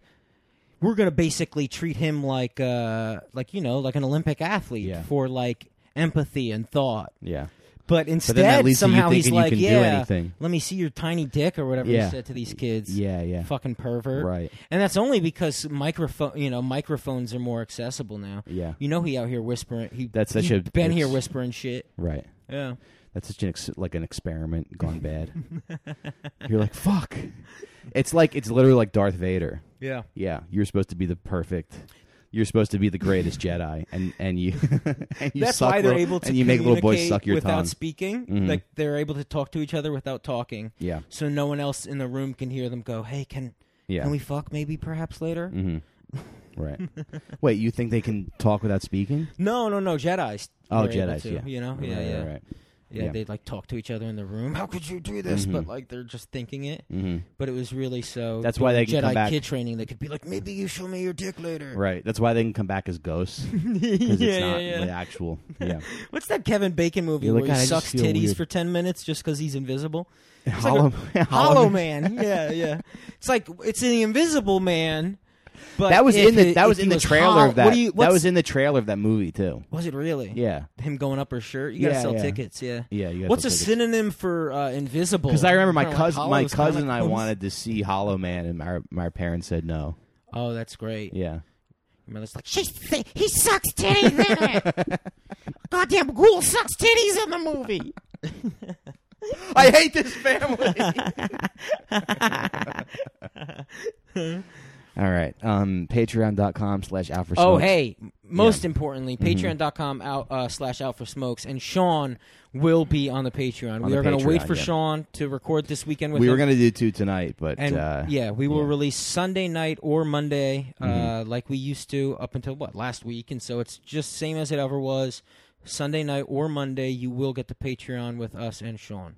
B: we're going to basically treat him like, uh, like, you know, like an Olympic athlete
A: Yeah.
B: for like empathy and thought.
A: Yeah.
B: But instead,
A: then that leads to you
B: somehow he's
A: thinking you
B: like,
A: can do
B: "Yeah,
A: anything."
B: let me see your tiny dick or whatever
A: Yeah.
B: he said to these kids."
A: Yeah. Yeah.
B: fucking pervert.
A: Right.
B: And that's only because microphone, you know, microphones are more accessible now.
A: Yeah.
B: You know, he out here whispering. He,
A: That's such
B: he
A: a-
B: been here
A: it's-
B: whispering shit.
A: Right.
B: Yeah.
A: That's such an ex- like an experiment gone
B: (laughs)
A: bad. You're like, fuck. It's like it's literally like Darth Vader.
B: Yeah.
A: Yeah, you're supposed to be the perfect. You're supposed to be the greatest Jedi, and and you (laughs) and you
B: that's
A: suck
B: why they're
A: little-
B: able to
A: and you make little boys
B: communicate
A: suck your
B: without
A: tongue.
B: speaking.
A: Mhm.
B: Like they're able to talk to each other without talking.
A: yeah,
B: So no one else in the room can hear them go, "Hey, can
A: yeah.
B: can we fuck maybe perhaps later?"
A: hmm
B: (laughs)
A: Right. Wait, you think they can talk without speaking?
B: No, no, no. Jedi's.
A: Oh,
B: were able
A: Jedi's,
B: to,
A: yeah.
B: You know. yeah.
A: Right,
B: yeah.
A: Right.
B: Yeah,
A: Yeah.
B: they like talk to each other in the room. How could you do this?
A: Mhm.
B: But like they're just thinking it.
A: hmm
B: But it was really so.
A: That's why they can
B: during
A: come
B: Jedi
A: back-
B: kid training. They could be like, maybe you show me your dick later. (laughs)
A: Right. That's why they can come back as ghosts
B: yeah,
A: because
B: yeah,
A: it's not
B: yeah.
A: the
B: (laughs)
A: actual. Yeah.
B: What's that Kevin Bacon movie
A: You're like,
B: where
A: "God, I
B: he
A: just
B: sucks
A: feel
B: titties
A: weird."
B: for ten minutes just because he's invisible?
A: (laughs)
B: It's like
A: Hollow, (laughs)
B: Hollow Man. Yeah, yeah. It's like it's in the Invisible Man. But
A: That was
B: if
A: in the
B: it-
A: that
B: if
A: was
B: he
A: in the
B: was
A: trailer
B: hollow-
A: of that.
B: What do you,
A: that
B: what's-
A: was in the trailer of that movie too.
B: Was it really?
A: Yeah.
B: Him going up her shirt. You gotta
A: Yeah,
B: sell
A: yeah.
B: tickets. Yeah.
A: Yeah. You
B: What's a synonym for uh, invisible?
A: Because I remember my
B: Kinda like
A: cousin, my
B: hollows, kinda
A: cousin, and
B: like
A: I
B: those.
A: wanted to see Hollow Man, and my my parents said no.
B: Oh, that's great.
A: Yeah.
B: My mother's like, she th- he sucks titties in it. (laughs) Goddamn ghoul sucks titties in the movie. (laughs)
A: I hate this family. (laughs) All right. Um, Patreon.com slash out for
B: oh,
A: Smokes. Mm-hmm.
B: hey. Most importantly, patreon.com out, uh, slash out for smokes. And Sean will be on the Patreon. we
A: the
B: are going to wait
A: Patreon,
B: for
A: yeah.
B: Sean to record this weekend with
A: We were
B: him.
A: going to do two tonight, but.
B: and
A: uh,
B: yeah, we will
A: yeah. Mm-hmm.
B: release Sunday night or Monday, uh, like we used to up until what last week, and so it's just same as it ever was. Sunday night or Monday, you will get the Patreon with us and Sean.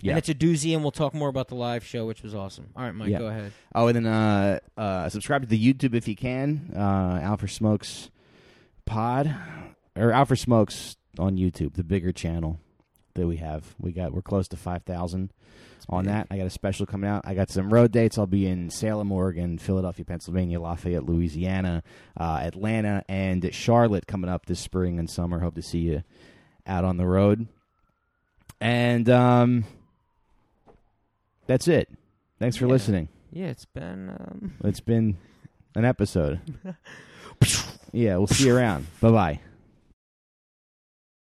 A: Yeah.
B: And it's a doozy, and we'll talk more about the live show, which was awesome. All right, Mike,
A: Yeah.
B: go ahead.
A: Oh, and then uh, uh, subscribe to the YouTube if you can. Uh, Out for Smokes pod. Or Out for Smokes on YouTube, the bigger channel that we have. We got We're close to 5,000. on that. I got a special coming out. I got some road dates. I'll be in Salem, Oregon, Philadelphia, Pennsylvania, Lafayette, Louisiana, uh, Atlanta, and Charlotte coming up this spring and summer. Hope to see you out on the road. And um, that's it. Thanks for
B: Yeah.
A: listening.
B: Yeah, it's been. Um...
A: It's been an episode. yeah, we'll see you around. Bye bye.